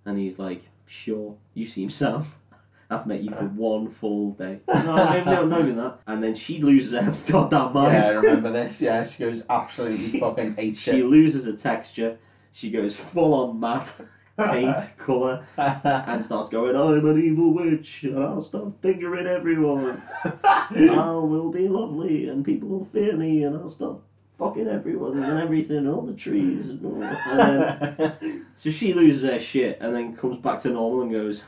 A: And he's like, Sure, you seem Sam. [LAUGHS] I've met you for one full
B: [LAUGHS]
A: day. No, no, no, no, no, that. And then she loses her [LAUGHS] goddamn mind.
B: [LAUGHS] Yeah, I remember this. Yeah, she goes absolutely fucking
A: [LAUGHS]
B: hate
A: she
B: shit. [LAUGHS]
A: loses her texture. She goes full on matte paint
B: [LAUGHS]
A: colour and starts going, I'm an evil witch and I'll start fingering everyone. I will Oh, be lovely and people will fear me and I'll stop fucking everyone and everything and all the trees and all and then, So she loses her shit and then comes back to normal and goes,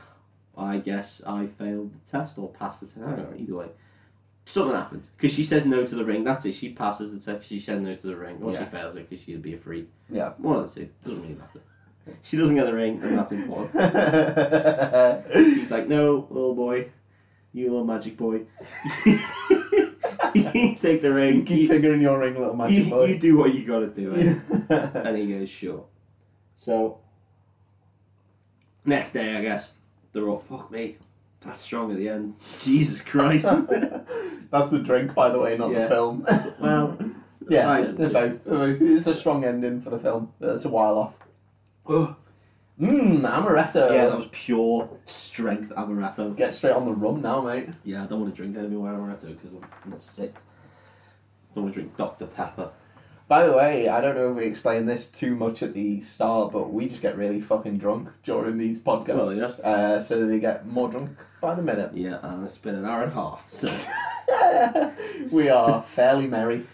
A: I guess I failed the test or passed the test. I don't know, either way. Something happens because she says no to the ring. That's it. She passes the test. She said no to the ring, or she
B: Yeah.
A: fails it because she'd be a freak.
B: Yeah.
A: One of the two doesn't really matter. She doesn't get the ring, and that's important. He's like, no, little boy, you little magic boy. [LAUGHS] you take the
B: [LAUGHS] you
A: ring.
B: keep
A: You,
B: figuring your ring, little magic
A: you, you
B: boy.
A: do what you gotta do. eh? And he goes, sure. So, next day, I guess, they're all, fuck me, that's strong at the end. [LAUGHS] Jesus Christ.
B: [LAUGHS] That's the drink, by the way, not
A: Yeah.
B: the film.
A: well,
B: [LAUGHS] yeah,
A: nice
B: it's they're
A: too.
B: both. they're both- It's a strong ending for the film. It's a while off.
A: oh,
B: Mmm, amaretto.
A: yeah, that was pure strength amaretto.
B: Get straight on the rum now, mate.
A: Yeah, I don't want to drink any more amaretto because I'm not sick. Don't want to drink Dr. Pepper.
B: By the way, I don't know if we explained this too much at the start, but we just get really fucking drunk during these podcasts.
A: Well, yeah.
B: uh, so they get more drunk by
A: [LAUGHS]
B: the minute.
A: Yeah, and it's been an hour and a half, so.
B: we are fairly merry.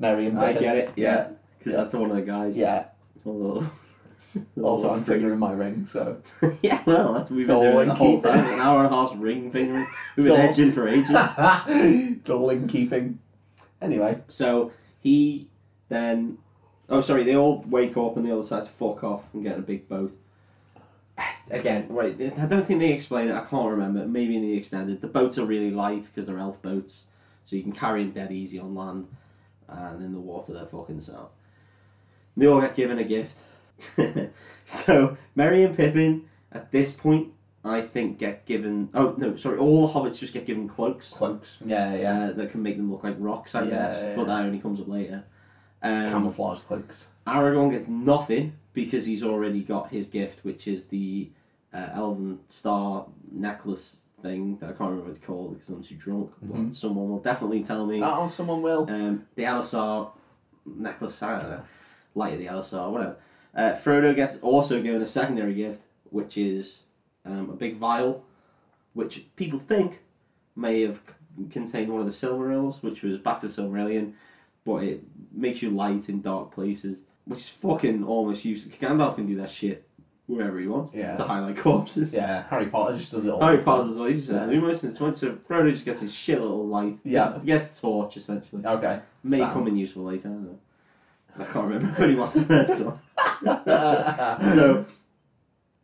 B: Merry and
A: I
B: merry.
A: get it, yeah. Because
B: Yeah.
A: that's one of the guys.
B: Yeah.
A: It's one of the [LAUGHS] little-
B: Also, I'm
A: little
B: figuring my ring, so.
A: freaks. [LAUGHS] yeah, well, that's we've
B: So
A: been doing it
B: one
A: the whole
B: keep-
A: time. An hour and a half ring fingering. We've
B: So-
A: been edging for ages.
B: [LAUGHS] it's all in keeping. Anyway.
A: So he then. Oh, sorry, they all wake up and they all decide to fuck off and get in a big boat. Again, right, I don't think they explain it, I can't remember. Maybe in the extended. The boats are really light because they're elf boats, so you can carry them dead easy on land, and in the water they're fucking sound. They all get given a gift. [LAUGHS] so, Merry and Pippin, at this point, I think, get given. Oh, no, sorry, all the hobbits just get given cloaks
B: Cloaks. Yeah, yeah.
A: uh, that can make them look like rocks, I
B: Yeah,
A: guess.
B: yeah,
A: But
B: yeah.
A: that only comes up later. Um,
B: Camouflage cloaks.
A: Aragorn gets nothing because he's already got his gift, which is the uh, Elven Star necklace thing that I can't remember what it's called because I'm too drunk.
B: Mhm.
A: But someone will definitely tell me.
B: Oh, someone will.
A: Um, the Alisar necklace, I don't know, light of the Alisar, whatever. Uh, Frodo gets also given a secondary gift, which is um, a big vial, which people think may have c- contained one of the Silmarils, which was back to Silmarillion, but it makes you light in dark places, which is fucking almost useless. Gandalf can do that shit wherever he wants
B: Yeah.
A: to highlight corpses.
B: Yeah, Harry Potter just does it all.
A: Harry
B: the time.
A: Potter does all- he just says lumos and it's went to Frodo just gets his shit little light.
B: Yeah.
A: Gets- gets a torch essentially.
B: Okay.
A: May
B: Sam.
A: come in useful later. I don't know. I can't remember who he was the first one. [LAUGHS]
B: [LAUGHS]
A: so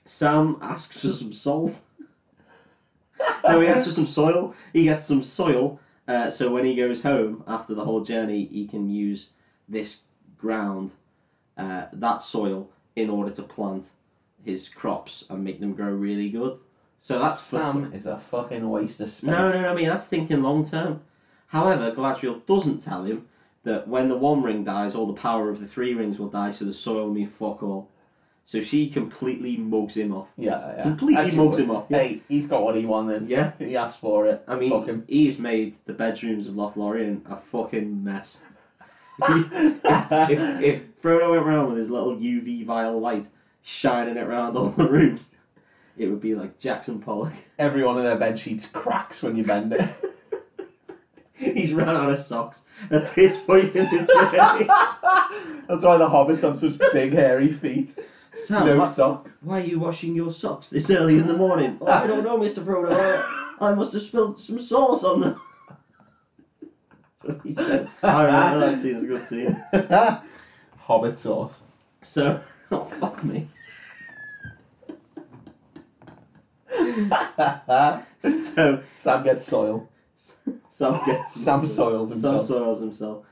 A: Sam asks for some salt. no, he [LAUGHS] asks for some soil. He gets some soil. Uh, so when he goes home after the whole journey, he can use this ground, uh, that soil, in order to plant his crops and make them grow really good. So that's for-
B: Sam is a fucking waste of space.
A: no, no, no, I mean, that's thinking long term. However, Galadriel doesn't tell him that when the one ring dies, all the power of the three rings will die, so the soil mean fuck all. So she completely mugs him off.
B: Yeah, yeah.
A: Completely
B: As you
A: mugs
B: would.
A: him off.
B: Hey, he's got what he wanted.
A: Yeah.
B: He asked for it.
A: I
B: Fuck him. [LAUGHS]
A: mean, he's made the bedrooms of Lothlorien a fucking mess. if, if Frodo went round with his little UV vial light shining it round all the rooms, it would be like Jackson Pollock. [LAUGHS]
B: Every one of their bed sheets cracks when you bend it.
A: He's run out of socks at this point in the
B: [LAUGHS]
A: journey.
B: That's why the hobbits have such big hairy feet.
A: Sam,
B: No
A: why,
B: socks. [LAUGHS]
A: why are you washing your socks this early in the morning? Oh, I don't know, Mr.
B: [LAUGHS]
A: Frodo. I, I must have spilled some sauce on them. That's what he
B: [LAUGHS]
A: said. I remember that scene. It's a good scene.
B: Hobbit sauce. [LAUGHS]
A: So, [LAUGHS] oh fuck me. So,
B: Sam gets soil.
A: Sam gets
B: Sam soils
A: Sam
B: himself.
A: soils himself.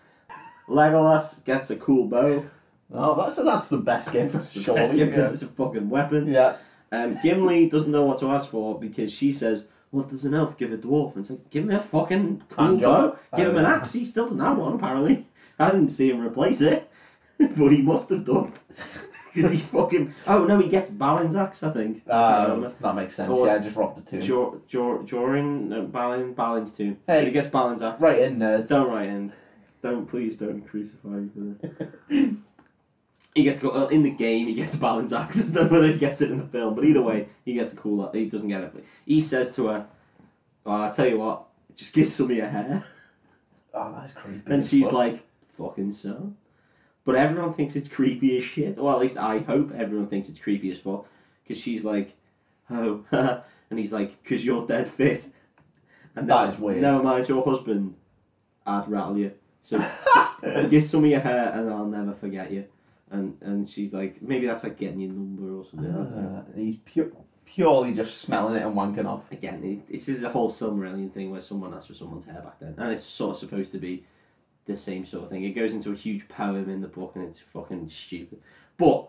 A: Legolas gets a cool
B: [LAUGHS]
A: bow.
B: Oh, that's that's the best gift.
A: That's the
B: surely.
A: best gift because it's a fucking weapon.
B: yeah.
A: Um, Gimli doesn't know what to ask for because she says, "What does an elf give a dwarf?" And it's like, "Give him a fucking cool
B: Hand job.
A: bow. Give him an
B: Uh,
A: axe. He still doesn't have one apparently. I didn't see him replace it, [LAUGHS] but he must have done [LAUGHS] because he fucking. Oh no, he gets Balin's axe, I think. I
B: Ah,
A: can't remember.
B: that makes sense.
A: Or-
B: yeah, I just robbed the two.
A: Jor, Jor, Jorin, no, Balin, Balin's tune.
B: Hey.
A: So he gets Balin's axe.
B: Right in there.
A: Don't write in. Don't please don't crucify me for this. [LAUGHS] he gets go- uh, in the game. He gets [LAUGHS] a balance axe. I don't know whether he gets it in the film, but either way, he gets a cool. He doesn't get it. He says to her, oh, "I tell you what, just [LAUGHS] give some of your hair."
B: Oh, that's creepy.
A: And
B: as
A: she's
B: fuck.
A: like, "Fucking so." But everyone thinks it's creepy as shit. Or at least I hope everyone thinks it's creepy as fuck. Because she's like, "Oh," [LAUGHS] and he's like, "Cause you're dead fit." And
B: That
A: never-
B: is weird.
A: Never mind your husband. I'd rattle you. So give some of your hair and I'll never forget you. And and she's like, maybe that's like getting your number or something. I don't know.
B: Uh, he's pu- purely just smelling it and wanking off.
A: Again, it- this is a whole Silmarillion thing where someone asked for someone's hair back then, and it's sort of supposed to be the same sort of thing. It goes into a huge poem in the book, and it's fucking stupid. But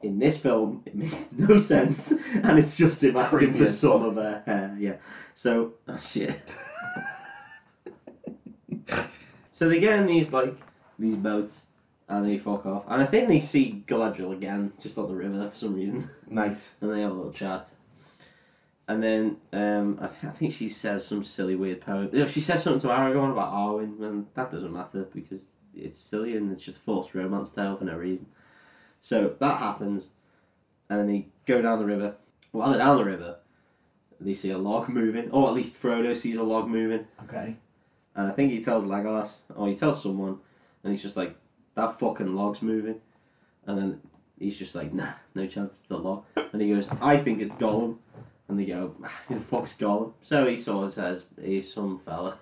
A: in this film, it makes [LAUGHS] no sense, and it's just him asking
B: Creepy
A: for
B: as
A: some of her hair. Yeah. So oh, shit. [LAUGHS] so they get in these like these boats, and they fuck off. And I think they see Galadriel again, just on the river for some reason
B: Nice.
A: and they have a little chat. And then um, I, th- I think she says some silly weird poem. You know, she says something to Aragorn about Arwen, and that doesn't matter because it's silly and it's just a false romance tale for no reason. So that happens, and then they go down the river. While they're down the river, they see a log moving, or at least Frodo sees a log moving,
B: Okay.
A: and I think he tells Legolas, or he tells someone, and he's just like, that fucking log's moving. And then he's just like, nah, no chance, it's a log. And he goes, I think it's Gollum. And they go, "Ah, who the fuck's Gollum? So he sort of says, he's some fella.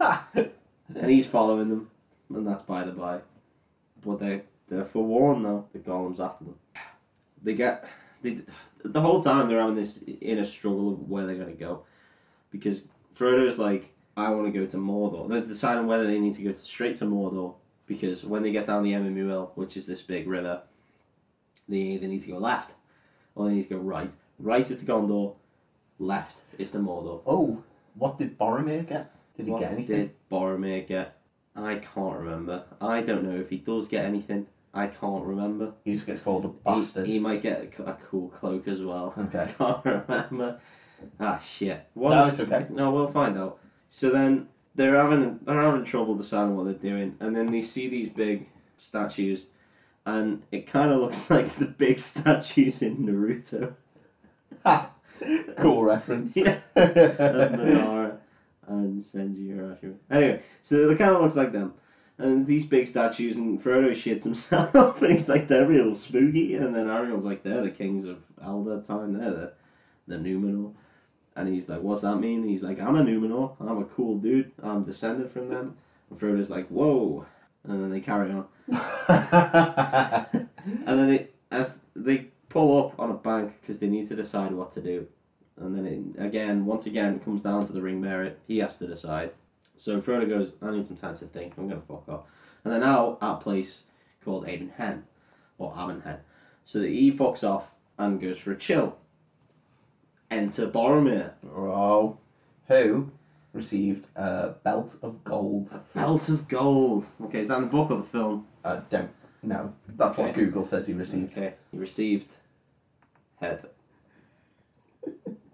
A: And he's following them, and that's by the by. But they're, they're forewarned now, the Gollum's after them. They get, they, the whole time they're having this inner struggle of where they're going to go. Because Frodo's like, I want to go to Mordor. They're deciding whether they need to go straight to Mordor because when they get down the Emmanuel, which is this big river, they either need to go left or they need to go right. Right is to Gondor, left is to Mordor.
B: [LAUGHS] Oh, what did Boromir get? Did he
A: What
B: get anything?
A: Did Boromir get? I can't remember. I don't know if he does get anything. I can't remember.
B: He just gets called a
A: He-
B: bastard.
A: He, might get a c- a, cool cloak as well. [LAUGHS] I
B: Okay.
A: can't remember. Ah shit. What
B: No, it's [LAUGHS] okay.
A: no, we'll find out. So then they're having they're having trouble deciding what they're doing, and then they see these big statues, and it kind of looks [LAUGHS] like the big statues in Naruto.
B: cool reference. [LAUGHS]
A: Yeah. and Madara and Senji Hiroshima. Anyway, so it kind of looks like them. And these big statues, and Frodo shits himself, [LAUGHS] and he's like, they're real spooky. And then Arion's like, they're the kings of Elder Time, they're the, the Numenor. And he's like, what's that mean? And he's like, I'm a Numenor, I'm a cool dude, I'm descended from them. And Frodo's like, whoa. And then they carry on. And then they as they pull up on a bank because they need to decide what to do. And then it, again, once again, it comes down to the ring bearer. He has to decide. So Frodo goes, "I need some time to think. I'm gonna fuck off." And they're now at a place called Abenhen, or Abenhen. So he fucks off and goes for a chill. Enter Boromir,
B: Bro, who received a belt of gold?
A: a belt of gold. Okay, is that in the book or the film?
B: I don't know. That's what
A: Okay.
B: Google says he received.
A: Okay. He received head [LAUGHS]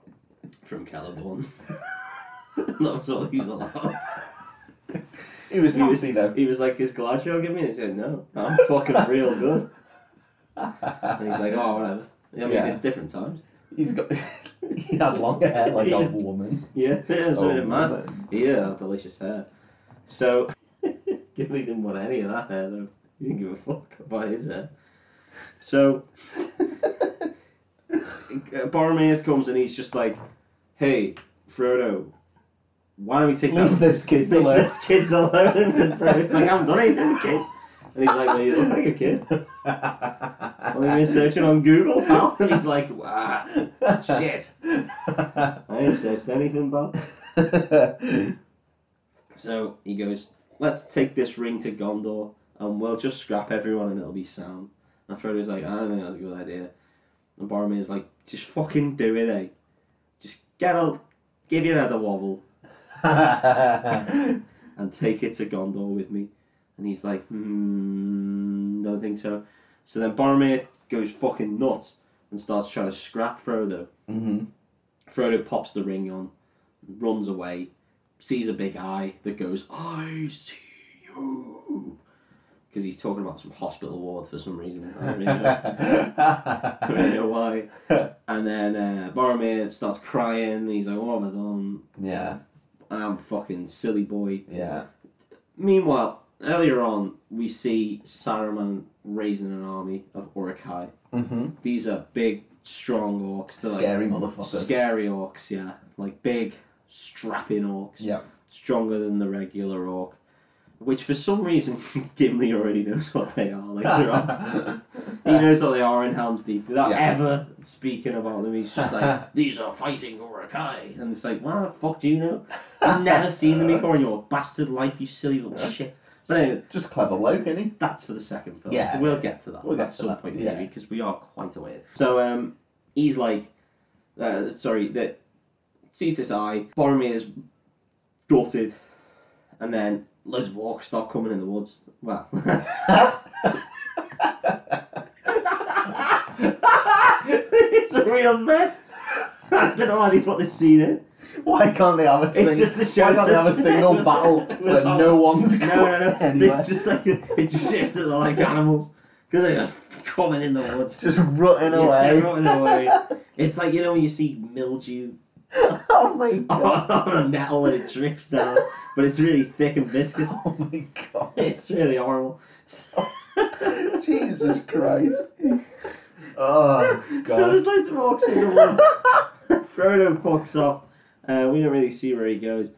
A: from Caliban. that was all he's allowed.
B: He was
A: He was-
B: nasty though.
A: He was like, "Is Galadriel giving me?" He said, "No, I'm fucking real good." And he's like, "Oh, whatever." I mean,
B: Yeah.
A: it's different times.
B: He's got. [LAUGHS] he had long hair [LAUGHS] like
A: Yeah.
B: a woman.
A: [LAUGHS] Yeah, yeah, so
B: A
A: it man.
B: woman.
A: He did have delicious hair. So [LAUGHS] Gimli didn't want any of that hair though. He didn't give a fuck about his hair. So uh, Boromir comes and he's just like, "Hey, Frodo, why don't we take that
B: [LAUGHS] Leave those kids
A: Leave
B: alone.
A: those [LAUGHS] kids alone. And Frodo's like, I'm done eating the kids. And he's like, well, you look like a kid. I've been searching on Google, pal. And he's like, wow, shit. I ain't searched anything, pal. So he goes, let's take this ring to Gondor and we'll just scrap everyone and it'll be sound. And Frodo's like, I don't think that's a good idea. And Boromir's like, just fucking do it, eh? Just get up, give your head a wobble, and take it to Gondor with me. And he's like, hmm, don't think so. So then Boromir goes fucking nuts and starts trying to scrap Frodo.
B: Mhm.
A: Frodo pops the ring on, runs away, sees a big eye that goes, I see you. Because he's talking about some hospital ward for some reason. I don't really know, [LAUGHS] I don't really know why. And then uh, Boromir starts crying. He's like, What have I done?
B: yeah,
A: I'm a fucking silly boy.
B: yeah.
A: Meanwhile, earlier on, we see Saruman raising an army of Urukai.
B: Mm-hmm.
A: These are big, strong orcs. They're
B: Scary
A: like
B: motherfuckers.
A: scary orcs, yeah. Like big, strapping orcs.
B: Yeah.
A: Stronger than the regular orc. Which, for some reason, [LAUGHS] Gimli already knows what they are later
B: [LAUGHS]
A: on. He knows what they are in Helm's Deep without
B: Yeah.
A: ever speaking about them. He's just
B: [LAUGHS]
A: like, these are fighting Urukai. And it's like, why the fuck do you know? I've
B: [LAUGHS]
A: never seen them before in your bastard life, you silly little shit. But anyway,
B: Just clever bloke, isn't he?
A: that's for the second film.
B: Yeah.
A: we'll get to that
B: We'll get
A: at
B: to
A: some
B: that,
A: point
B: yeah.
A: maybe because we are quite aware. So um, he's like, uh, sorry, that sees this eye. Boromir's gutted, and then loads of orcs start coming in the woods. Well, [LAUGHS] it's a real mess. I don't know how they put this scene in.
B: Why can't they have a
A: It's
B: sing-
A: just a show
B: Why can't they have a
A: that- [LAUGHS]
B: single battle where no one's
A: No, no, no.
B: anywhere?
A: It's just like it shifts that they're like animals because they're just coming in the woods.
B: [LAUGHS] Just rotting
A: Yeah,
B: away.
A: rotting away. It's like you know when you see mildew
B: [LAUGHS]
A: [LAUGHS]
B: oh my
A: on,
B: god.
A: on a metal and it drips down, but it's really thick and viscous.
B: [LAUGHS] Oh my god.
A: It's really horrible.
B: [LAUGHS] Jesus Christ. Oh
A: [LAUGHS] So
B: god.
A: there's loads of orcs in the
B: [LAUGHS]
A: woods. Frodo fucks off. Uh, we don't really see where he goes.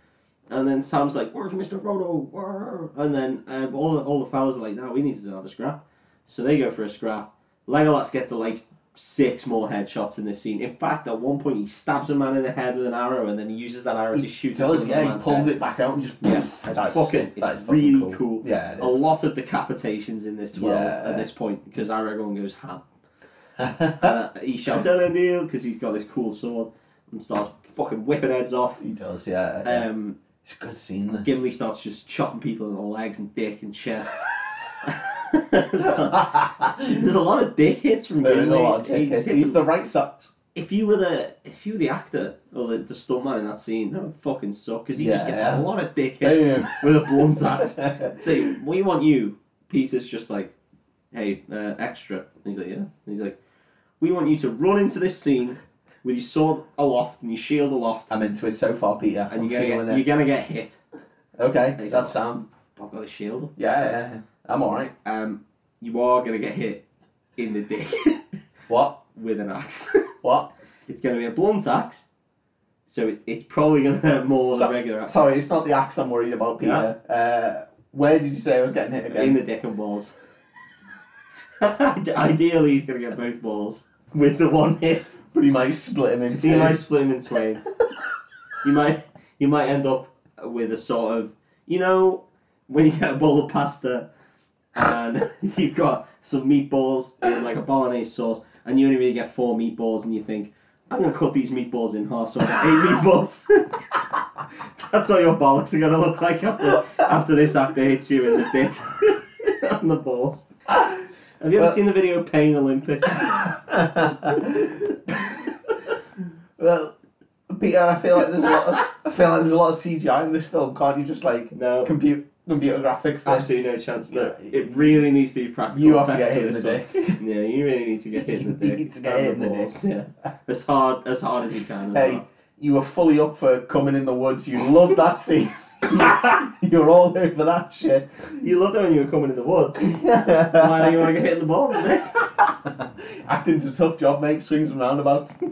A: And then Sam's like, "Where's Mister Frodo?" Where?" And then um, all the, all the fellas are like, "No, we need to have a scrap." So they go for a scrap. Legolas gets like six more headshots in this scene. In fact, at one point he stabs a man in the head with an arrow, and then he uses that arrow to
B: He
A: shoot. into
B: does,
A: the
B: yeah, he
A: man's
B: pulls
A: head.
B: it back out and just
A: Yeah, that's fucking-
B: that
A: it's
B: is fucking
A: really cool.
B: Yeah, it
A: A lot of decapitations in this twelve
B: Yeah.
A: at this point because Aragorn goes ham. [LAUGHS]
B: is.
A: Uh, he shouts out deal [LAUGHS] because he's got this cool sword and starts fucking whipping heads off.
B: [LAUGHS] he does, yeah. yeah.
A: Um,
B: it's a good scene though.
A: Gimli starts just chopping people in the legs and dick and chest. [LAUGHS] So, there's a lot of dick hits from
B: [LAUGHS] there
A: Gimli.
B: is a lot of
A: He's
B: dickheads.
A: hit-
B: He's the right sort.
A: if you were the if you were the actor or the, the stuntman in that scene, that would fucking suck because he just
B: Yeah,
A: gets
B: yeah.
A: a lot of dick hits
B: Yeah.
A: with a blunt axe.
B: [LAUGHS]
A: See, we want you. Peter's just like, hey, uh, extra. And he's like, yeah. And he's like, we want you to run into this scene with your sword aloft and your shield aloft,
B: I'm into it so far, Peter.
A: and
B: I'm
A: you're gonna
B: feeling
A: get,
B: it.
A: you're gonna get hit.
B: Okay,
A: He's
B: that's
A: like-
B: sound.
A: I've got a shield.
B: Yeah, yeah, yeah. I'm alright.
A: Um, you are gonna get hit in the dick [LAUGHS]
B: What?
A: with an axe. [LAUGHS]
B: What?
A: it's gonna be a blunt axe, so it, it's probably gonna hurt more than
B: So-
A: regular axe.
B: Sorry, it's not the axe I'm worried about, Peter. Uh, where did you say I was getting hit
A: In
B: [LAUGHS] again?
A: the dick and balls. [LAUGHS] Ideally, he's gonna get both balls with the one hit.
B: But he might split him in
A: So you
B: two.
A: might split him in twain. you might you might end up with a sort of you know when you get a bowl of pasta and [LAUGHS] you've got some meatballs and like a bolognese sauce and you only really get four meatballs and you think I'm gonna cut these meatballs in half so I get eight meatballs. [LAUGHS] That's what your bollocks are gonna look like after after this actor hits you in the dick [LAUGHS] and the balls. Have you ever
B: Well-
A: seen the video Pain Olympics?
B: [LAUGHS] well, Peter, I feel like there's a lot. Of, I feel like there's a lot of CGI in this film. Can't you just like
A: No.
B: compute? the beautographics. this.
A: Absolutely no chance that
B: Yeah.
A: it really needs to be practical.
B: You have to
A: effects
B: get
A: for
B: hit in the
A: this
B: dick. [LAUGHS]
A: one. [LAUGHS] Yeah, you really need to get hit in the
B: You
A: dick.
B: need to get
A: and
B: hit in the
A: balls, Yeah, as hard as hard as you can. as
B: Hey,
A: well.
B: you were fully up for coming in the woods. You loved that
A: [LAUGHS]
B: scene. [LAUGHS] You're all over that shit. [LAUGHS]
A: you loved it when you were coming in the woods. Why do you want to get hit in the balls? Dick? [LAUGHS]
B: [LAUGHS] Acting's a tough job, mate. Swings and roundabouts.
A: [LAUGHS]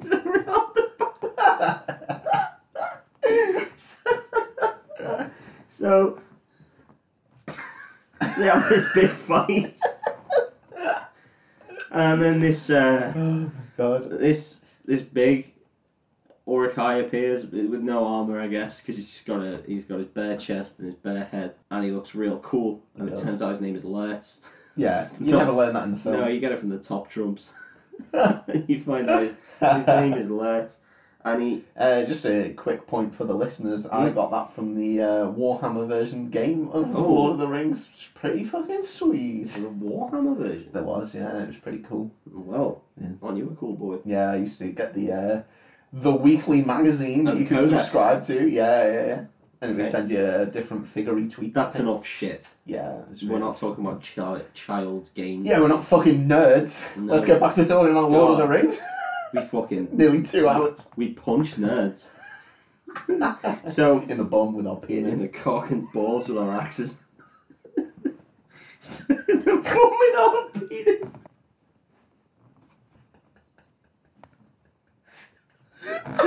A: so they have this big
B: [LAUGHS]
A: fight, and then this uh,
B: Oh my god.
A: this this big Orikai appears with with no armor, I guess, because he's got a he's got his bare chest and his bare head, and he looks real cool. And
B: He
A: it
B: does.
A: turns out his name is Lert.
B: Yeah, you
A: No.
B: never learn that in the film.
A: No, you get it from the top trumps. [LAUGHS]
B: [LAUGHS]
A: you find out his, his name is Lert, and he
B: Uh, just a quick point for the listeners. I
A: Mm.
B: got that from the uh, Warhammer version game of
A: Oh.
B: Lord of the Rings. It's pretty fucking sweet.
A: the Warhammer version.
B: There was, yeah, it was pretty cool.
A: Well,
B: Yeah.
A: aren't you a cool boy?
B: Yeah, I used to get the uh, the weekly magazine that
A: As
B: you could
A: codex.
B: subscribe to. Yeah, yeah, yeah. And it would
A: Okay.
B: send you a different figure each week.
A: That's enough shit.
B: Yeah, it was
A: We're
B: really-
A: not talking about child child's games.
B: Yeah, we're not fucking nerds.
A: No.
B: Let's get back to talking about Lord of
A: God.
B: the Rings.
A: We fucking
B: Nearly two hours
A: we punch nerds. [LAUGHS] so
B: in the bomb with our
A: in, in
B: penis. [LAUGHS]
A: the cock and balls with our axes. [LAUGHS] So the bum with our [LAUGHS] penis.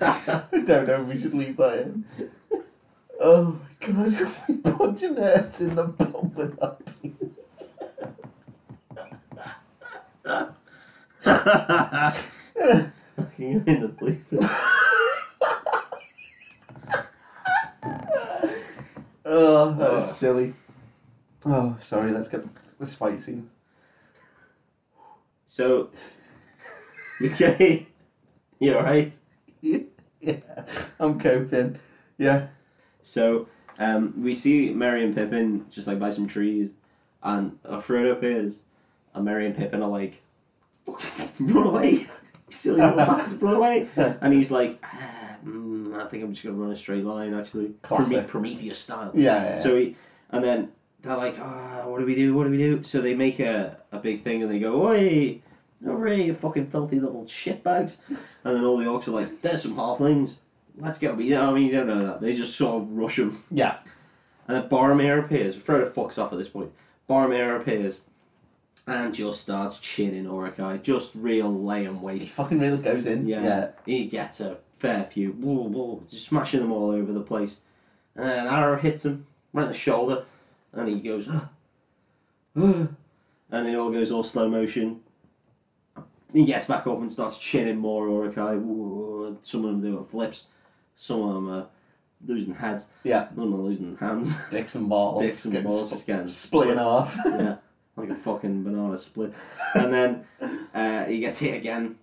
B: I don't know if we should leave that in. Oh my god, [LAUGHS] we put your nerds in the bomb with our penis. [LAUGHS]
A: Fucking in the bleep.
B: Oh, that
A: Oh.
B: is silly. Oh, sorry, let's get this fight scene. [LAUGHS]
A: So [LAUGHS] you okay? You alright?
B: yeah, I'm coping. Yeah.
A: So um, we see Merry and Pippin just like by some trees, and uh, Frodo appears, and Merry and Pippin are like, [LAUGHS] run away, [LAUGHS] silly little bastard, run away. And he's like, "Ah, mm, I think I'm just gonna run a straight line actually, Prome-
B: Classic.
A: Prometheus style.
B: Yeah, yeah.
A: So he, and then they're like, ah, what do we do? What do we do? So they make a, a big thing and they go, oi, over here, you fucking filthy little shitbags. And then all the orcs are like, there's some halflings. Let's go. But you know, I mean, you don't know that. They just sort of rush them.
B: yeah.
A: And then Boromir appears. Frodo fucks off at this point. Boromir appears and just starts chinning Orakai. Just real laying
B: He
A: waste.
B: fucking really goes in.
A: Yeah.
B: Yeah.
A: He gets a fair few, whoa, whoa, just smashing them all over the place. And then an arrow hits him right in the shoulder, and he goes, and it all goes all slow motion. He gets back up and starts chinning more Orakai. Whoa, Some of them doing flips, some of them are losing heads,
B: Yeah.
A: none of them are losing hands. [LAUGHS]
B: Dicks and balls.
A: Dicks and
B: Gets
A: balls
B: sp-
A: just getting
B: split in
A: split. [LAUGHS]
B: half.
A: yeah, like a fucking banana split. And then uh, he gets hit again.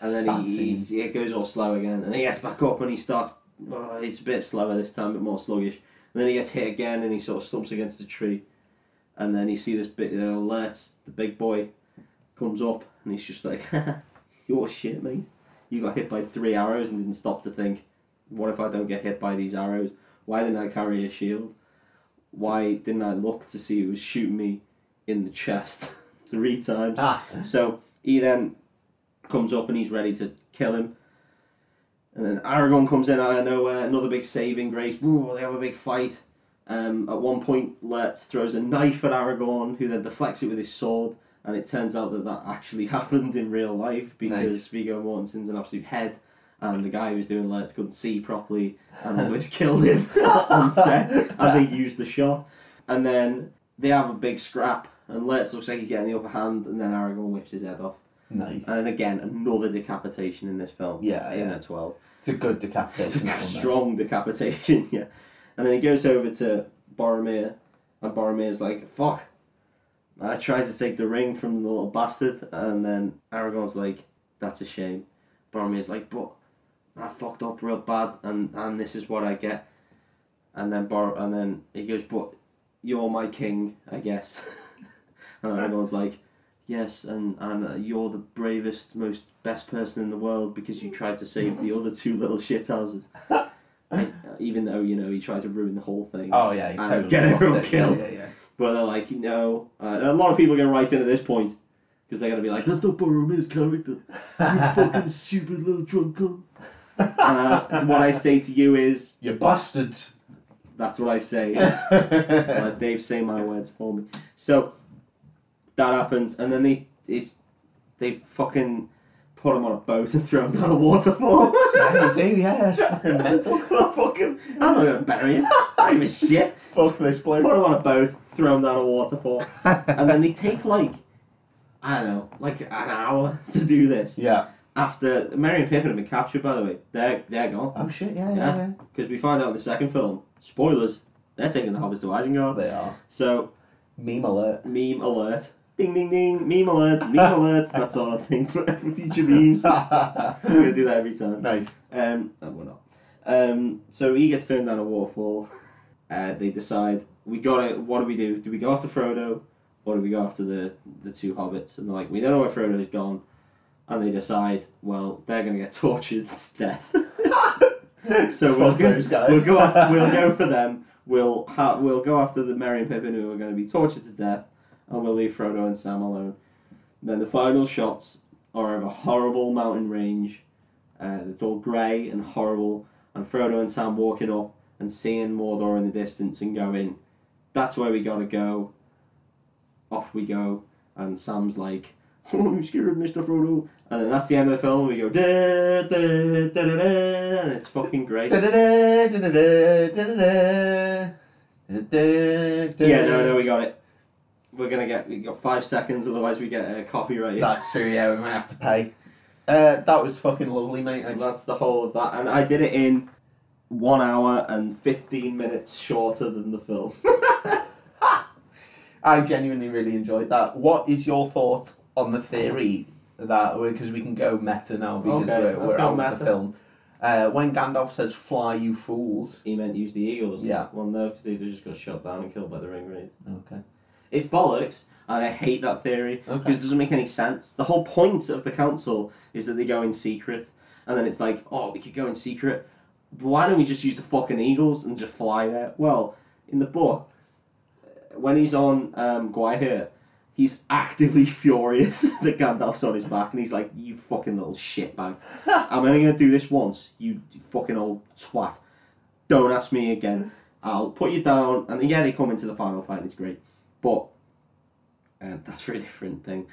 A: And then
B: Sad
A: he,
B: scene.
A: he's, it goes all slow again, and he gets back up and he starts. Oh, it's a bit slower this time, a bit more sluggish. And then he gets hit again, and he sort of slumps against a tree. And then you see this bit uh, alert. The big boy comes up, and he's just like, [LAUGHS] "You're shit, mate. You got hit by three arrows and didn't stop to think, what if I don't get hit by these arrows? Why didn't I carry a shield? Why didn't I look to see who was shooting me in the chest [LAUGHS] three times?"
B: Ah.
A: So he then comes up and he's ready to kill him. And then Aragon comes in out of nowhere, another big saving grace. Woo, they have a big fight. Um, at one point, Letts throws a knife at Aragon, who then deflects it with his sword. And it turns out that that actually [LAUGHS] happened in real life because
B: Nice.
A: Viggo Mortensen's an absolute head, and the guy who was doing Letts couldn't see properly and almost [LAUGHS] killed him on set. And they used the shot. And then they have a big scrap, and Letts looks like he's getting the upper hand, and then Aragon whips his head off.
B: Nice.
A: And again, another decapitation in this film.
B: Yeah,
A: in
B: yeah.
A: a twelve.
B: [LAUGHS] It's a good
A: [LAUGHS]
B: decapitation. that one, though.
A: Strong decapitation, [LAUGHS] yeah. And then he goes over to Boromir, and Boromir's like, "Fuck, I tried to take the ring from the little bastard." And then Aragorn's like, "That's a shame." Boromir's like, "But I fucked up real bad, and and this is what I get." And then Bor- and [LAUGHS] then he goes, "But you're my king, I guess." and Aragorn's like, yes, and, and uh, you're the bravest, most best person in the world because you tried to save the other two little shithouses. Like, uh, even though, you know, he tried to ruin the whole thing.
B: Oh yeah, he
A: And
B: totally
A: get everyone
B: rocked it.
A: killed.
B: Yeah, yeah, yeah.
A: But they're like, no. Uh, and a lot of people are going to write in at this point because they're going to be like, that's not Boromir's character. You fucking stupid little drunk cunt. Uh, what I say to you is,
B: You bastards.
A: that's what I say.
B: [LAUGHS] yeah,
A: Let Dave say my words for me. So that happens, and then they it's, they fucking put him on a boat and throw him down a waterfall.
B: you do, yeah. That's fucking mental.
A: fucking, I'm not gonna bury him. I don't give a shit.
B: Fuck this
A: Put him
B: bloke.
A: on a boat, throw him down a waterfall, and then they take like I don't know, like an hour [LAUGHS] to do this.
B: yeah.
A: After Mary and Pippin have been captured, by the way, they're they're gone
B: Oh shit, yeah,
A: Yeah.
B: yeah, yeah.
A: because we find out in the second film, spoilers, they're taking the hobbits to Isengard.
B: They are.
A: So
B: Meme alert.
A: meme alert. Ding ding ding, meme alert, meme alert. That's all I think for for future memes. [LAUGHS] I'm gonna do that every time.
B: [LAUGHS] nice.
A: Um, no, we're not. Um, so he gets turned down a waterfall. [LAUGHS] Uh, they decide we gotta. What do we do? Do we go after Frodo, or do we go after the the two hobbits? And they're like, we don't know where Frodo's gone. And they decide, well, they're gonna get [LAUGHS] tortured to death. [LAUGHS] [LAUGHS] so we'll
B: Fuck
A: go,
B: those guys.
A: we'll go after, we'll go for them. We'll ha- we'll go after the Merry and Pippin who are going to be tortured to death, and we'll leave Frodo and Sam alone. Then the final shots are of a horrible mountain range. Uh, that's all grey and horrible, and Frodo and Sam walking up and seeing Mordor in the distance and going, "That's where we gotta go." Off we go, and Sam's like, [LAUGHS] "Oh, I'm scared, Mister Frodo." And then that's the end of the film. We go, da, da, da, da, da, and it's fucking great.
B: [LAUGHS] Da-da-da, da-da-da, da-da-da, da-da-da.
A: Yeah, no, no, we got it. We're gonna get. We got five seconds, otherwise we get uh, copyrighted.
B: That's true, yeah, we might have to pay. Uh, that was fucking lovely, mate.
A: and that's the whole of that. And I did it in one hour and fifteen minutes shorter than the film. [LAUGHS]
B: I genuinely really enjoyed that. What is your thought on the theory that because we can go meta now because
A: Okay,
B: we're,
A: let's
B: we're
A: go
B: out of
A: meta.
B: the film? Uh, when Gandalf says "Fly, you fools,"
A: he meant use the eagles.
B: Yeah.
A: Well, no, because they just got shot down and killed by the ring raid.
B: okay,
A: It's bollocks, and I hate that theory because
B: okay,
A: it doesn't make any sense. The whole point of the council is that they go in secret, and then it's like, oh, we could go in secret. But why don't we just use the fucking eagles and just fly there? Well, in the book, uh, when he's on um, Guaihir, he's actively [LAUGHS] furious that Gandalf's on his back, and he's like, you fucking little shitbag. I'm only going to do this once, you fucking old twat. Don't ask me again. I'll put you down. And yeah, they come into the final fight, it's great. But um, [LAUGHS] that's for a different thing.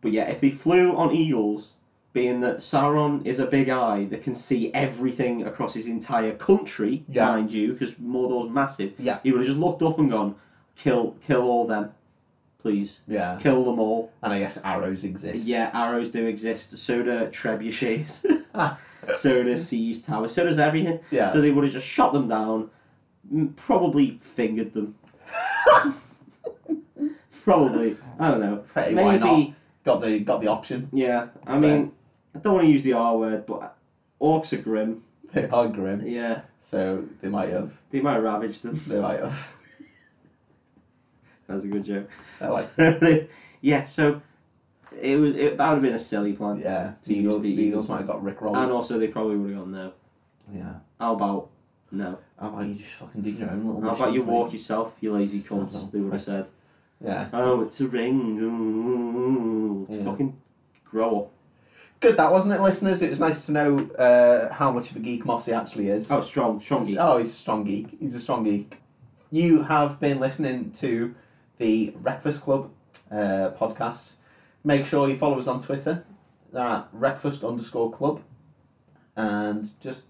A: But yeah, if they flew on eagles, being that Sauron is a big eye that can see everything across his entire country,
B: Yeah.
A: mind you, because Mordor's massive,
B: Yeah.
A: he would have just looked up and gone, kill, kill all them, please,
B: yeah.
A: kill them all.
B: And I guess arrows exist.
A: Yeah, arrows do exist. So do trebuchets. [LAUGHS] so do siege towers. So does everything.
B: Ah. Yeah.
A: So they would have just shot them down, m- probably fingered them. [LAUGHS] probably. I don't know.
B: Hey,
A: Maybe.
B: why not? Got the got the option. [LAUGHS]
A: Yeah. I
B: It's
A: mean, I don't want to use the R word, but orcs are grim.
B: They are grim,
A: Yeah.
B: so they might have.
A: They might ravage them. [LAUGHS]
B: They might have. [LAUGHS]
A: That was a good joke.
B: I like.
A: [LAUGHS] yeah. So it was. It, that would have been a silly plan. [LAUGHS]
B: Yeah,
A: To
B: the
A: use the
B: Eagles, the Eagles
A: Eagles.
B: might have got
A: And
B: rickrolled.
A: also, they probably would have gone no.
B: Yeah.
A: How about no?
B: How about you just fucking do your own little?
A: How about you
B: missions, mate?
A: walk yourself, you lazy
B: Stop
A: cunts?
B: them.
A: They would have said,
B: Yeah.
A: "Oh, it's a ring." Ooh,
B: Yeah.
A: Fucking grow up.
B: Good that wasn't it, listeners. It was nice to know uh, how much of a geek Mossy actually is.
A: Oh, strong, strong. geek.
B: Oh, he's a strong geek. He's a strong geek. You have been listening to the Breakfast Club uh, podcast. Make sure you follow us on Twitter at breakfast underscore club, and just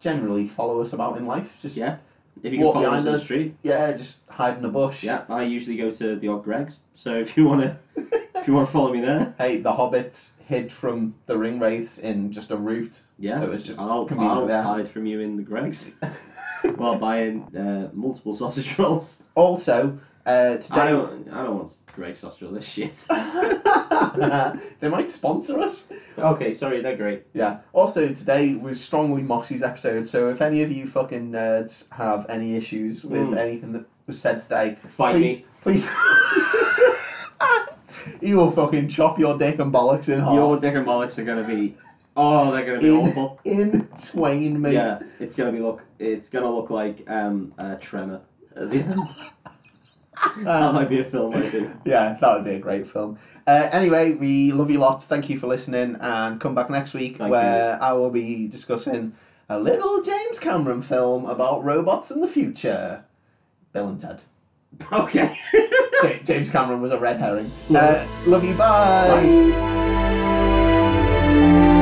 B: generally follow us about in life. Just
A: Yeah. If you can
B: Walk
A: follow
B: behind
A: us in the
B: us.
A: street,
B: yeah, just hide in a bush.
A: yeah. I usually go to the odd Greg's, so if you wanna, if you wanna follow me there,
B: Hey, the hobbits hid from the ring wraiths in just a root.
A: yeah.
B: It was just [LAUGHS]
A: I'll,
B: convenient
A: I'll
B: there.
A: hide from you in the Greg's while buying uh, multiple sausage
B: [LAUGHS]
A: rolls.
B: Also, uh,
A: I
B: today
A: don't, I don't want Greg's sausage roll. This shit.
B: [LAUGHS] they might sponsor us.
A: okay, sorry, they're great.
B: Yeah. Also, today was strongly Mossy's episode. So if any of you fucking nerds have any issues with
A: Mm.
B: [LAUGHS] anything that was said today,
A: Fight
B: please, please. he will fucking chop your dick and bollocks in half.
A: Your dick and bollocks are gonna be. Oh, they're gonna be
B: Oh. [LAUGHS] in,
A: awful.
B: in twain, mate.
A: Yeah, it's gonna be look. It's gonna look like um, a tremor. at the end. that
B: Um,
A: might be a film I do.
B: yeah, that would be a great film. Uh, anyway, we love you lots. Thank you for listening, and come back next week
A: Thank
B: where I will be discussing a little James Cameron film about robots in the future. Bill and Ted.
A: [LAUGHS] Okay.
B: Ja- James Uh, Cameron was a red herring.
A: Love
B: Uh, love you. Bye.
A: Bye.